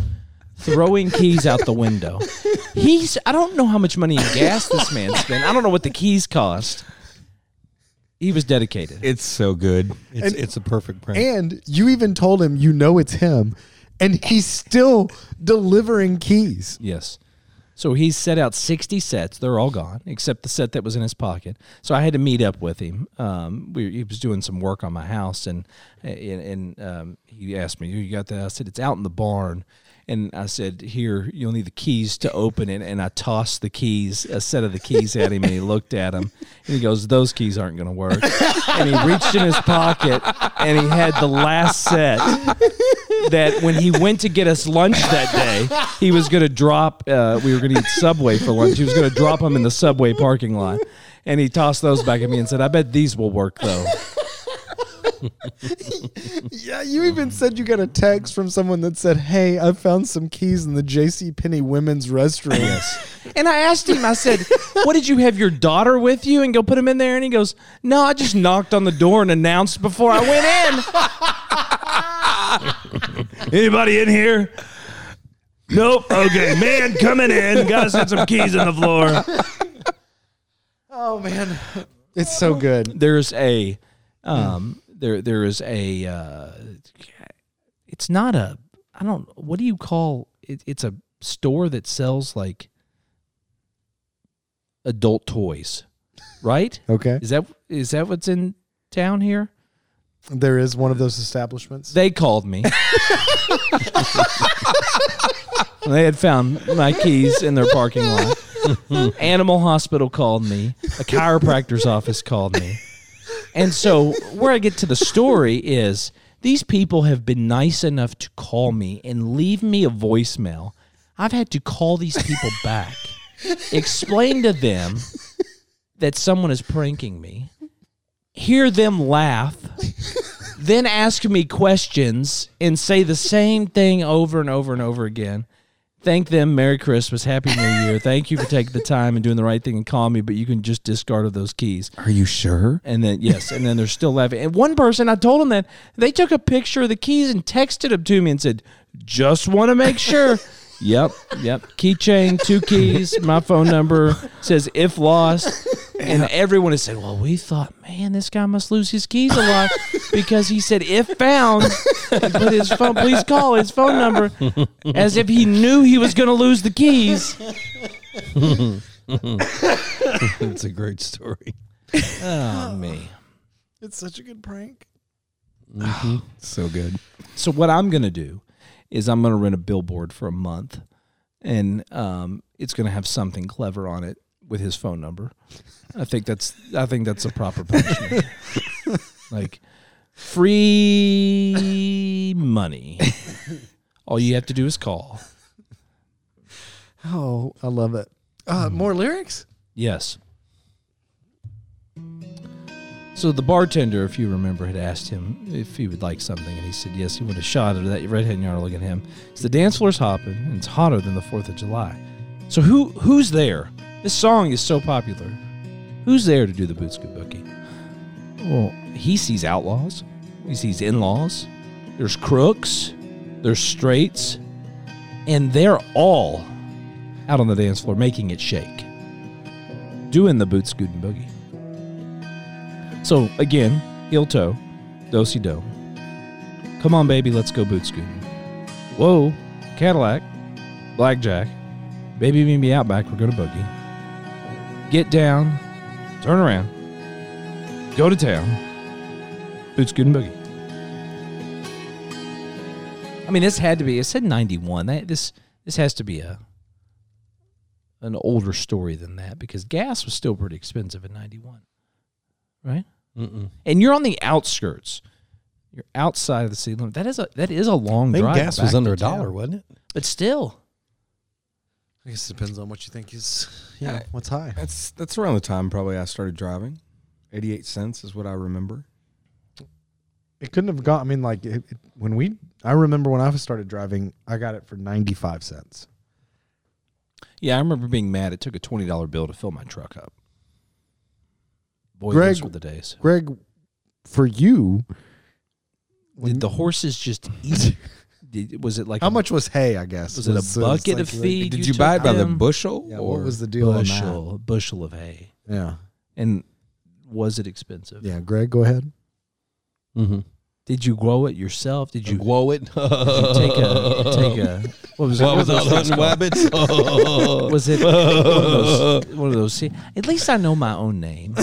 [SPEAKER 3] throwing keys out the window. He's I don't know how much money in gas this man spent. I don't know what the keys cost. He was dedicated.
[SPEAKER 4] It's so good.
[SPEAKER 1] It's, it's a perfect prank.
[SPEAKER 2] And you even told him you know it's him, and he's still delivering keys.
[SPEAKER 3] Yes. So he set out 60 sets. They're all gone, except the set that was in his pocket. So I had to meet up with him. Um, we, he was doing some work on my house, and and, and um, he asked me, "You got that?" I said, "It's out in the barn." And I said, "Here, you'll need the keys to open it." And I tossed the keys, a set of the keys, at him, and he looked at them, and he goes, "Those keys aren't going to work." and he reached in his pocket, and he had the last set that when he went to get us lunch that day, he was going to drop. Uh, we were going to eat Subway for lunch. He was going to drop them in the Subway parking lot, and he tossed those back at me and said, "I bet these will work though."
[SPEAKER 2] Yeah, you even said you got a text from someone that said, "Hey, I found some keys in the J.C. Penney women's restroom."
[SPEAKER 3] And I asked him, I said, "What did you have your daughter with you and go put them in there?" And he goes, "No, I just knocked on the door and announced before I went
[SPEAKER 6] Anybody in here? Nope. Okay, man, coming in. Gotta set some keys on the floor.
[SPEAKER 2] Oh man, it's so good.
[SPEAKER 3] in." There's a, um, there there is a. Uh, it's not a. I don't. What do you call? It, it's a store that sells like adult toys, right?
[SPEAKER 2] Okay,
[SPEAKER 3] Is that is that what's in town here?
[SPEAKER 2] there is one of those establishments.
[SPEAKER 3] They called me. [LAUGHS] they had found my keys in their parking lot. Animal hospital called me. A chiropractor's office called me. And so where I get to the story is these people have been nice enough to call me and leave me a voicemail. I've had to call these people back, explain to them that someone is pranking me, hear them laugh, then ask me questions and say the same thing over and over and over again. Thank them. Merry Christmas. Happy New Year. Thank you for taking the time and doing the right thing and call me, but you can just discard of those keys.
[SPEAKER 4] Are you sure?
[SPEAKER 3] And then yes, and then they're still laughing. And one person, I told him that they took a picture of the keys and texted them to me and said, "Just want to make sure." yep, yep. Keychain, two keys, my phone number says if lost. And everyone has said, "Well, we thought, man, this guy must lose his keys a lot because he said if found, and put his phone. Please call his phone number, as if he knew he was going to lose the keys."
[SPEAKER 1] it's a great story.
[SPEAKER 3] Oh me.
[SPEAKER 2] It's such a good prank.
[SPEAKER 4] So good.
[SPEAKER 3] So what I'm going to do is I'm going to rent a billboard for a month, and um, it's going to have something clever on it with his phone number. I think that's I think that's a proper punishment. like free money. All you have to do is call.
[SPEAKER 1] Hmm.
[SPEAKER 2] Oh, I love it. Uh, More lyrics?
[SPEAKER 3] Yes. So the bartender, if you remember, had asked him if he would like something, and he said yes. He wanted a shot of that redhead yard. Look at him. It's the dance floor's hopping, and it's hotter than the Fourth of July. So who who's there? This song is so popular. Who's there to do the boots good bookie? Well, he sees outlaws. He sees in-laws. There's crooks. There's straights, and they're all out on the dance floor making it shake, doing the boots good and boogie. So again, heel toe, dosey do. Come on, baby, let's go boot scooting. Whoa, Cadillac, blackjack, baby, meet me out back. We're going to boogie. Get down, turn around, go to town, boot scooting boogie. I mean, this had to be. It said ninety one. That this this has to be a an older story than that because gas was still pretty expensive in ninety one, right?
[SPEAKER 1] Mm-mm.
[SPEAKER 3] and you're on the outskirts. You're outside of the city limit. That is a that is a long
[SPEAKER 1] I think
[SPEAKER 3] drive.
[SPEAKER 1] gas was
[SPEAKER 3] back
[SPEAKER 1] under
[SPEAKER 3] to
[SPEAKER 1] a dollar,
[SPEAKER 3] town.
[SPEAKER 1] wasn't it?
[SPEAKER 3] but still,
[SPEAKER 2] I guess it depends on what you think is, you know, what's high.
[SPEAKER 4] That's that's around the time probably I started driving. Eighty eight cents is what I remember.
[SPEAKER 2] It couldn't have got. I mean, like it, it- when we, I remember when I started driving, I got it for ninety five cents.
[SPEAKER 3] yeah, I remember being mad. It took a twenty dollar bill to fill my truck up. Boy,
[SPEAKER 2] Greg-
[SPEAKER 3] those were the days.
[SPEAKER 2] Greg, for you,
[SPEAKER 3] Did the horses just eat? Did, was it like
[SPEAKER 2] how
[SPEAKER 3] a-
[SPEAKER 2] much was hay? I guess
[SPEAKER 3] Was it a
[SPEAKER 2] it's
[SPEAKER 3] bucket of
[SPEAKER 2] like-
[SPEAKER 3] feed?
[SPEAKER 4] Did you, buy it
[SPEAKER 3] took
[SPEAKER 4] by the
[SPEAKER 3] them?
[SPEAKER 4] bushel?
[SPEAKER 2] Yeah,
[SPEAKER 4] or
[SPEAKER 2] what was the deal on that?
[SPEAKER 3] bushel? A bushel of hay,
[SPEAKER 2] Yeah,
[SPEAKER 3] and was it expensive?
[SPEAKER 2] yeah. Greg, go ahead.
[SPEAKER 1] Mm-hmm.
[SPEAKER 3] Did you grow it yourself? Did
[SPEAKER 1] [LAUGHS]
[SPEAKER 3] you,
[SPEAKER 1] glow it? take
[SPEAKER 3] did you take a take a what was it?
[SPEAKER 1] What was that hunting rabbits?
[SPEAKER 3] [LAUGHS]
[SPEAKER 1] [LAUGHS]
[SPEAKER 3] Was it one of those? One of those see, at least I know my
[SPEAKER 1] [LAUGHS]
[SPEAKER 3] own name.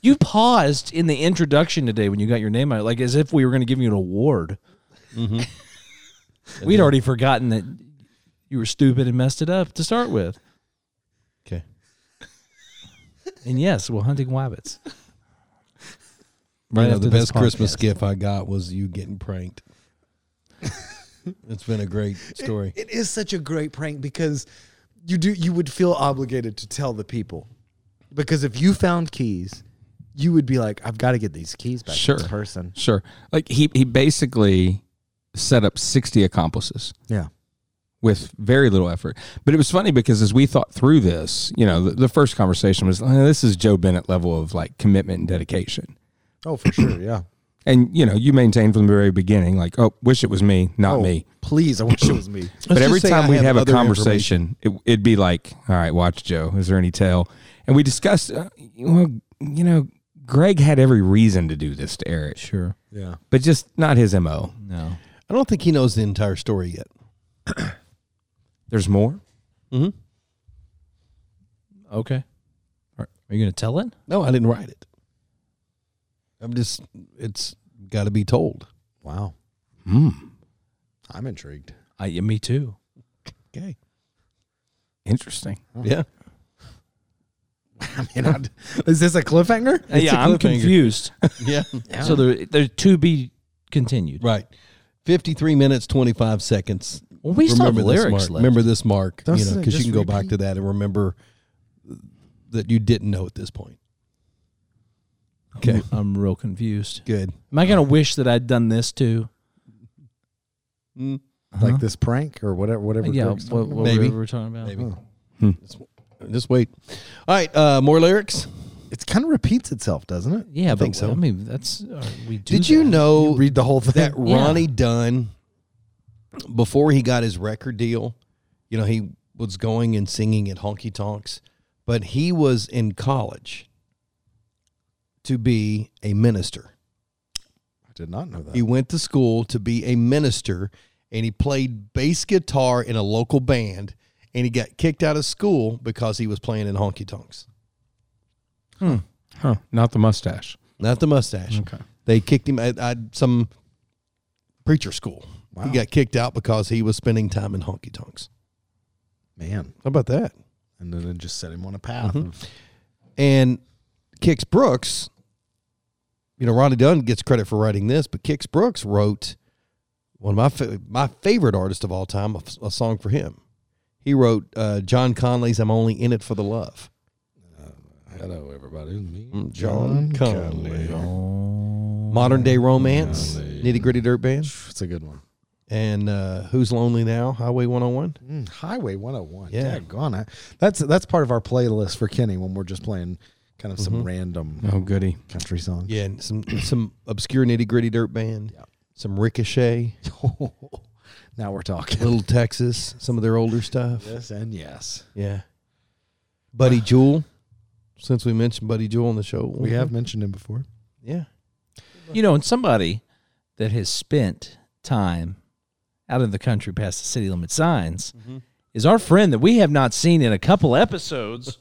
[SPEAKER 3] You paused in the introduction today when you got your name out, like as if we were going to give you an award.
[SPEAKER 1] Mm-hmm.
[SPEAKER 3] [LAUGHS] We'd already forgotten that you were stupid and messed it up to start with.
[SPEAKER 1] Okay.
[SPEAKER 3] And yes, well, hunting wabbits.
[SPEAKER 1] Right
[SPEAKER 3] Right
[SPEAKER 1] you know,
[SPEAKER 3] after
[SPEAKER 1] the
[SPEAKER 3] this
[SPEAKER 1] best Christmas
[SPEAKER 3] podcast.
[SPEAKER 1] gift I got was you getting
[SPEAKER 3] [LAUGHS]
[SPEAKER 1] pranked. it's been a great
[SPEAKER 3] [LAUGHS]
[SPEAKER 1] story.
[SPEAKER 2] It is such a great prank because you do you would feel obligated to tell the people because if you found keys, you would be like, I've got to get these keys back
[SPEAKER 4] Sure.
[SPEAKER 2] to this person.
[SPEAKER 4] Sure. Like he he basically set up sixty accomplices.
[SPEAKER 2] Yeah.
[SPEAKER 4] with very little effort. But it was funny because as we thought through this, you know, the, the first conversation was "Uh, this is Joe Bennett level of like commitment and dedication.
[SPEAKER 2] Oh, for
[SPEAKER 3] [COUGHS]
[SPEAKER 2] sure. Yeah.
[SPEAKER 4] And you know, you maintained from the very beginning, like, oh, wish it was me, not
[SPEAKER 2] oh,
[SPEAKER 4] me.
[SPEAKER 2] Please, I wish it
[SPEAKER 3] [COUGHS]
[SPEAKER 2] was me.
[SPEAKER 4] but
[SPEAKER 1] just
[SPEAKER 4] every
[SPEAKER 1] say
[SPEAKER 4] time
[SPEAKER 1] I
[SPEAKER 4] we'd
[SPEAKER 1] have
[SPEAKER 4] have, a
[SPEAKER 1] other
[SPEAKER 4] conversation, it, it'd be like, all right, watch Joe. Is there any tail? And we discussed, uh, well, you know, Greg had every reason to do this to Eric. Sure.
[SPEAKER 2] Yeah.
[SPEAKER 4] But just not his MO.
[SPEAKER 3] No,
[SPEAKER 1] I don't think he knows the entire story yet.
[SPEAKER 4] There's more.
[SPEAKER 1] Mm-hmm.
[SPEAKER 3] okay. Are are you going to tell it?
[SPEAKER 1] No, I didn't write it. I'm just, it's got to be told.
[SPEAKER 2] Wow.
[SPEAKER 4] Hmm.
[SPEAKER 2] I'm intrigued.
[SPEAKER 3] I, yeah, me too.
[SPEAKER 1] Okay.
[SPEAKER 4] Interesting.
[SPEAKER 3] [LAUGHS]
[SPEAKER 1] Yeah.
[SPEAKER 2] [LAUGHS] I mean, I'd- is this a cliffhanger?
[SPEAKER 1] It's a
[SPEAKER 3] yeah, I'm
[SPEAKER 1] cliffhanger.
[SPEAKER 3] confused.
[SPEAKER 1] [LAUGHS] Yeah.
[SPEAKER 3] So they're, they're to be continued.
[SPEAKER 1] Right. 53 minutes, 25 seconds.
[SPEAKER 3] Well, we still have
[SPEAKER 1] remember this
[SPEAKER 3] lyrics
[SPEAKER 1] mark.
[SPEAKER 3] left.
[SPEAKER 1] Remember this mark, you
[SPEAKER 2] Doesn't
[SPEAKER 1] know,
[SPEAKER 2] it
[SPEAKER 1] because you
[SPEAKER 2] just
[SPEAKER 1] can go back
[SPEAKER 2] repeat?
[SPEAKER 1] to that and remember that you didn't know at this point. Okay.
[SPEAKER 3] I'm real confused.
[SPEAKER 1] Good.
[SPEAKER 3] Am I going to wish that I'd done this too?
[SPEAKER 1] Mm,
[SPEAKER 2] Like this prank or whatever, whatever.
[SPEAKER 3] Yeah,
[SPEAKER 2] Greg's
[SPEAKER 3] what,
[SPEAKER 2] talking
[SPEAKER 3] what
[SPEAKER 1] Maybe.
[SPEAKER 3] we were talking about.
[SPEAKER 1] Maybe.
[SPEAKER 2] Huh.
[SPEAKER 4] Hmm.
[SPEAKER 1] Just, just wait. All right. Uh, more lyrics.
[SPEAKER 2] about. It kind of repeats itself, doesn't it?
[SPEAKER 3] Yeah, but
[SPEAKER 1] think so.
[SPEAKER 3] I mean, that's uh, we do.
[SPEAKER 1] Did you
[SPEAKER 3] that.
[SPEAKER 1] know
[SPEAKER 2] Read the whole thing.
[SPEAKER 1] that
[SPEAKER 3] Yeah.
[SPEAKER 1] Ronnie Dunn, before he got his record deal, you know, he was going and singing at honky tonks, but he was in college to be a minister.
[SPEAKER 2] I did not know that.
[SPEAKER 1] He went to school to be a minister and he played bass guitar in a local band and he got kicked out of school because he was playing in honky tonks.
[SPEAKER 4] Huh. Not the mustache.
[SPEAKER 1] Not the mustache.
[SPEAKER 4] Okay.
[SPEAKER 1] They kicked him at, at some preacher school. He
[SPEAKER 2] Wow.
[SPEAKER 1] got kicked out because he was spending time in honky tonks.
[SPEAKER 2] Man.
[SPEAKER 1] How about that?
[SPEAKER 2] And then it just set him on a path. of-
[SPEAKER 1] And Kix Brooks, you know, Ronnie Dunn gets credit for writing this, but Kix Brooks wrote one of my fa- my favorite artist of all time, a, a song for him. He wrote uh, John Conley's "I'm Only in It for the Love."
[SPEAKER 7] Hello, everybody. It's me,
[SPEAKER 2] Mm,
[SPEAKER 7] John Conley.
[SPEAKER 1] Modern day romance, nitty gritty dirt band,
[SPEAKER 2] It's a good one.
[SPEAKER 1] and uh, who's lonely now? Highway 101.
[SPEAKER 2] Mm, Highway 101.
[SPEAKER 1] Yeah.
[SPEAKER 2] Yeah, gone. That's that's part of our playlist for Kenny when we're just playing kind of some random
[SPEAKER 4] Oh, goody.
[SPEAKER 2] country song.
[SPEAKER 1] Yeah, and some some obscure nitty gritty dirt band. Some Ricochet,
[SPEAKER 2] [LAUGHS] now we're talking.
[SPEAKER 1] Little Texas, some of their older stuff.
[SPEAKER 2] Yes and yes.
[SPEAKER 1] Yeah. Buddy Jewel. Since we mentioned Buddy Jewel on the show,
[SPEAKER 2] We have mentioned him before.
[SPEAKER 1] Yeah.
[SPEAKER 3] You know, and somebody that has spent time out of the country past the city limit signs
[SPEAKER 1] Mm-hmm.
[SPEAKER 3] is our friend that we have not seen in a couple episodes.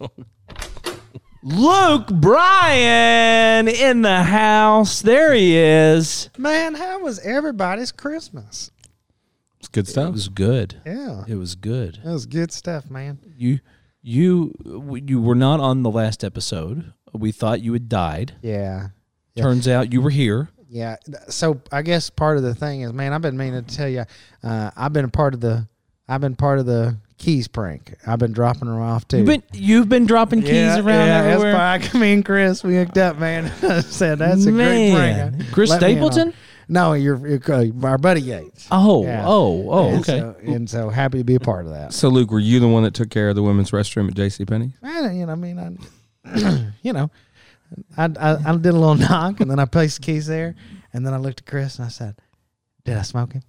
[SPEAKER 3] Luke Bryan in the house. There he is.
[SPEAKER 2] Man, how was everybody's Christmas?
[SPEAKER 4] It's good
[SPEAKER 3] It
[SPEAKER 4] stuff.
[SPEAKER 3] was good.
[SPEAKER 2] Yeah.
[SPEAKER 3] It was good.
[SPEAKER 2] That was good stuff, man.
[SPEAKER 3] You you you were not on the last episode. We thought you had died.
[SPEAKER 2] Yeah. Yeah.
[SPEAKER 3] Turns out you were here.
[SPEAKER 2] Yeah. So I guess part of the thing is, man, I've been meaning to tell you, uh, I've been a part of the, I've been part of the keys prank. I've been dropping her off too.
[SPEAKER 3] You've been you've been dropping keys
[SPEAKER 2] yeah,
[SPEAKER 3] around
[SPEAKER 2] yeah,
[SPEAKER 3] everywhere.
[SPEAKER 2] [LAUGHS] That's why me and Chris we hooked up, man. [LAUGHS] Said that's a
[SPEAKER 3] Man.
[SPEAKER 2] great prank.
[SPEAKER 3] Chris
[SPEAKER 2] Let me in on-
[SPEAKER 3] Stapleton?
[SPEAKER 2] No, you're, you're uh, our buddy Yates.
[SPEAKER 3] Oh,
[SPEAKER 2] Yeah.
[SPEAKER 3] oh, oh,
[SPEAKER 2] And
[SPEAKER 3] okay.
[SPEAKER 2] so- and so happy to be a part of that.
[SPEAKER 4] So, Luke, were you the one that took care of the women's restroom at JCPenney?
[SPEAKER 2] Man, you know, I mean, I, [CLEARS THROAT] you know, I, I I did a little [LAUGHS] knock and then I placed the keys there, and then I looked at Chris and I said, "Did I smoke him?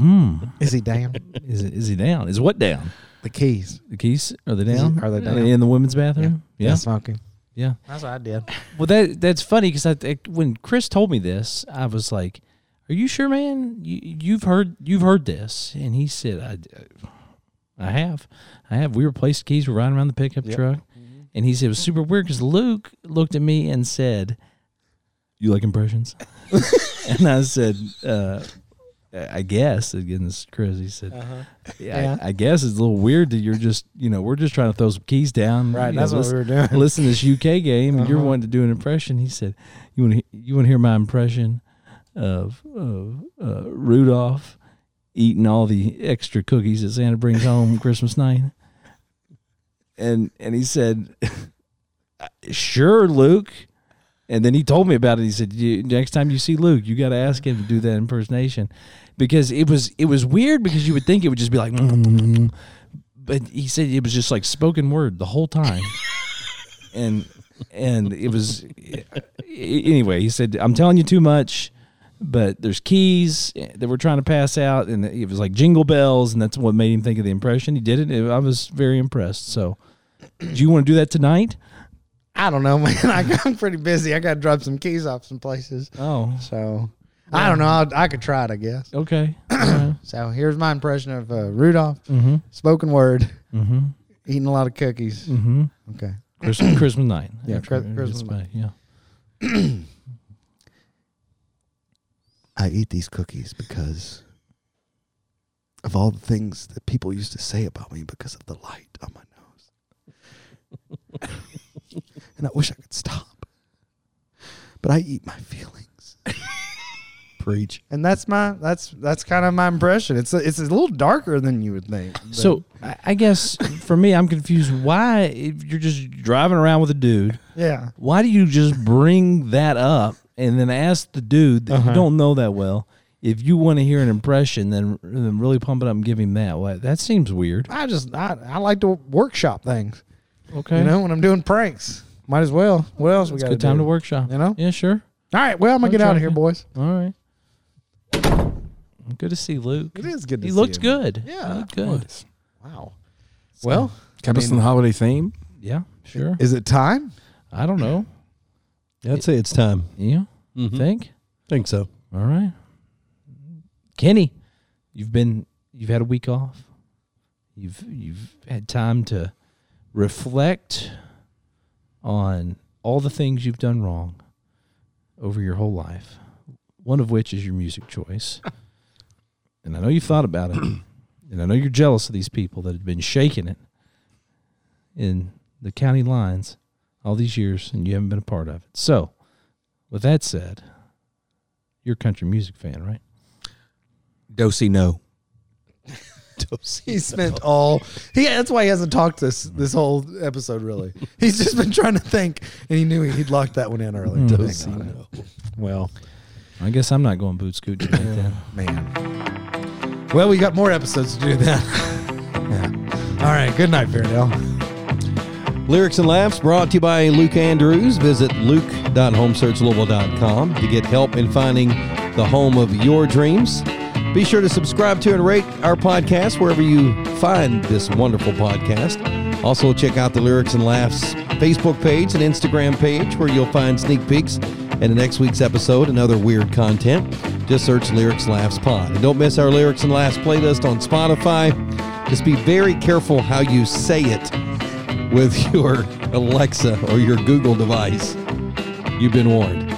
[SPEAKER 3] Mm.
[SPEAKER 2] Is he down?
[SPEAKER 3] Is it, is he down? Is what down?
[SPEAKER 2] the keys?
[SPEAKER 3] The keys are they down?
[SPEAKER 2] are they down?
[SPEAKER 3] in the women's bathroom?
[SPEAKER 2] Did
[SPEAKER 3] Yeah.
[SPEAKER 2] I smoke him?
[SPEAKER 3] Yeah.
[SPEAKER 2] That's what I did.
[SPEAKER 3] Well, that that's funny because I, think when Chris told me this, I was like, "Are you sure, man? You, you've heard you've heard this?" And he said, "I, I have, I have. We replaced keys. We're riding around the pickup truck."
[SPEAKER 2] Mm-hmm.
[SPEAKER 3] And he said it was super weird because Luke looked at me and said, "You like
[SPEAKER 2] [LAUGHS]
[SPEAKER 3] impressions?" and I said, uh, "I guess." Again, this is Chris. He said, yeah, I-
[SPEAKER 2] Uh-huh. Yeah.
[SPEAKER 3] I, guess it's a little weird that you're just, you know, we're just trying to throw some keys down.
[SPEAKER 2] Right,
[SPEAKER 3] you know,
[SPEAKER 2] that's what
[SPEAKER 3] listen-
[SPEAKER 2] we were doing.
[SPEAKER 3] listen to this UK game, and you're wanting to do an impression. He said, "You want to you want to hear my impression of of uh, Rudolph eating all the extra cookies that Santa brings home [LAUGHS] Christmas night?" And and he said, [LAUGHS] "Uh, "Sure, Luke." And then he told me about it. He said, you, "Next time you see Luke, you got to ask him to do that impersonation." Because it was it was weird because you would think it would just be like, [LAUGHS] but he said it was just like spoken word the whole time and and it was anyway he said i'm telling you too much but there's keys that we're trying to pass out and it was like jingle bells and that's what made him think of the impression he did it and i was very impressed so do you want to do that tonight
[SPEAKER 2] [LAUGHS] I don't know, man. [LAUGHS] I, I'm pretty busy. I got to drop some keys off some places.
[SPEAKER 3] oh
[SPEAKER 2] So I don't know. i I could try it, I guess.
[SPEAKER 3] okay All
[SPEAKER 2] So here's my impression of uh, Rudolph. Spoken word. Eating a lot of cookies.
[SPEAKER 3] Mhm.
[SPEAKER 2] Okay.
[SPEAKER 3] christmas, christmas night
[SPEAKER 2] Yeah,
[SPEAKER 3] After
[SPEAKER 2] Chris-
[SPEAKER 3] it
[SPEAKER 2] Christmas
[SPEAKER 3] gets back, yeah
[SPEAKER 7] I eat these cookies because of all the things that people used to say about me because of the light on my nose.
[SPEAKER 2] [LAUGHS]
[SPEAKER 7] and I wish I could stop. But I eat my feelings.
[SPEAKER 1] Preach.
[SPEAKER 2] And that's my that's that's kind of my impression. It's a, it's a little darker than you would think. but-
[SPEAKER 3] so I- i guess for me i'm confused why if you're just driving around with a dude
[SPEAKER 2] yeah,
[SPEAKER 3] why do you just bring that up and then ask the dude
[SPEAKER 2] Uh-huh.
[SPEAKER 3] that you don't know that well if you want to hear an impression then, then really pump it up and give him that Why that seems weird
[SPEAKER 2] I just I, I like to workshop things.
[SPEAKER 3] okay
[SPEAKER 2] You know, when I'm doing pranks, might as well. What else we
[SPEAKER 3] it's
[SPEAKER 2] got?
[SPEAKER 3] a good time to workshop
[SPEAKER 2] You know.
[SPEAKER 3] yeah sure
[SPEAKER 2] All right. Well, I'm gonna get out of here, boys.
[SPEAKER 3] all right good to see luke
[SPEAKER 2] It is good. to
[SPEAKER 3] he
[SPEAKER 2] see
[SPEAKER 3] looked
[SPEAKER 2] him.
[SPEAKER 3] good
[SPEAKER 2] Yeah.
[SPEAKER 3] he looked good
[SPEAKER 2] Wow. Well,
[SPEAKER 4] Kept us in the holiday theme.
[SPEAKER 3] yeah sure
[SPEAKER 2] is it time?
[SPEAKER 3] i don't know
[SPEAKER 1] I'd say it's time.
[SPEAKER 3] yeah
[SPEAKER 2] Mm-hmm.
[SPEAKER 1] Mhm.
[SPEAKER 3] think
[SPEAKER 1] Think so.
[SPEAKER 3] all right kenny you've been you've had a week off you've you've had time to reflect on all the things you've done wrong over your whole life one of which is your music choice and i know you've thought about it and i know you're jealous of these people that have been shaking it in the county lines all these years and you haven't been a part of it so with that said you're a country music fan right
[SPEAKER 4] Dosey no.
[SPEAKER 2] [LAUGHS] He spent all he. That's why he hasn't talked this this whole episode. [LAUGHS] Really, he's just been trying to think, and he knew he'd locked that one in early. Dosino. Well,
[SPEAKER 5] I guess I'm not going boot scoot tonight then.
[SPEAKER 2] man. [LAUGHS] Well, we got more episodes to do [LAUGHS] then. All right. Good night, Fairdale.
[SPEAKER 1] Lyrics and Laughs brought to you by Luke Andrews. Visit luke.homesearchlobel.com to get help in finding the home of your dreams. Be sure to subscribe to and rate our podcast wherever you find this wonderful podcast. Also, check out the Lyrics and Laughs Facebook page and Instagram page where you'll find sneak peeks and in next week's episode and other weird content. Just search Lyrics Laughs Pod. And don't miss our Lyrics and Laughs playlist on Spotify. Just be very careful how you say it with [LAUGHS] your Alexa or your Google device. You've been warned.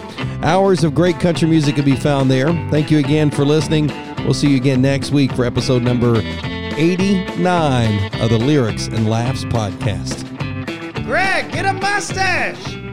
[SPEAKER 1] Hours of great country music can be found there. Thank you again for listening. We'll see you again next week for episode number 89 of the Lyrics and Laughs podcast.
[SPEAKER 8] Greg, get a mustache.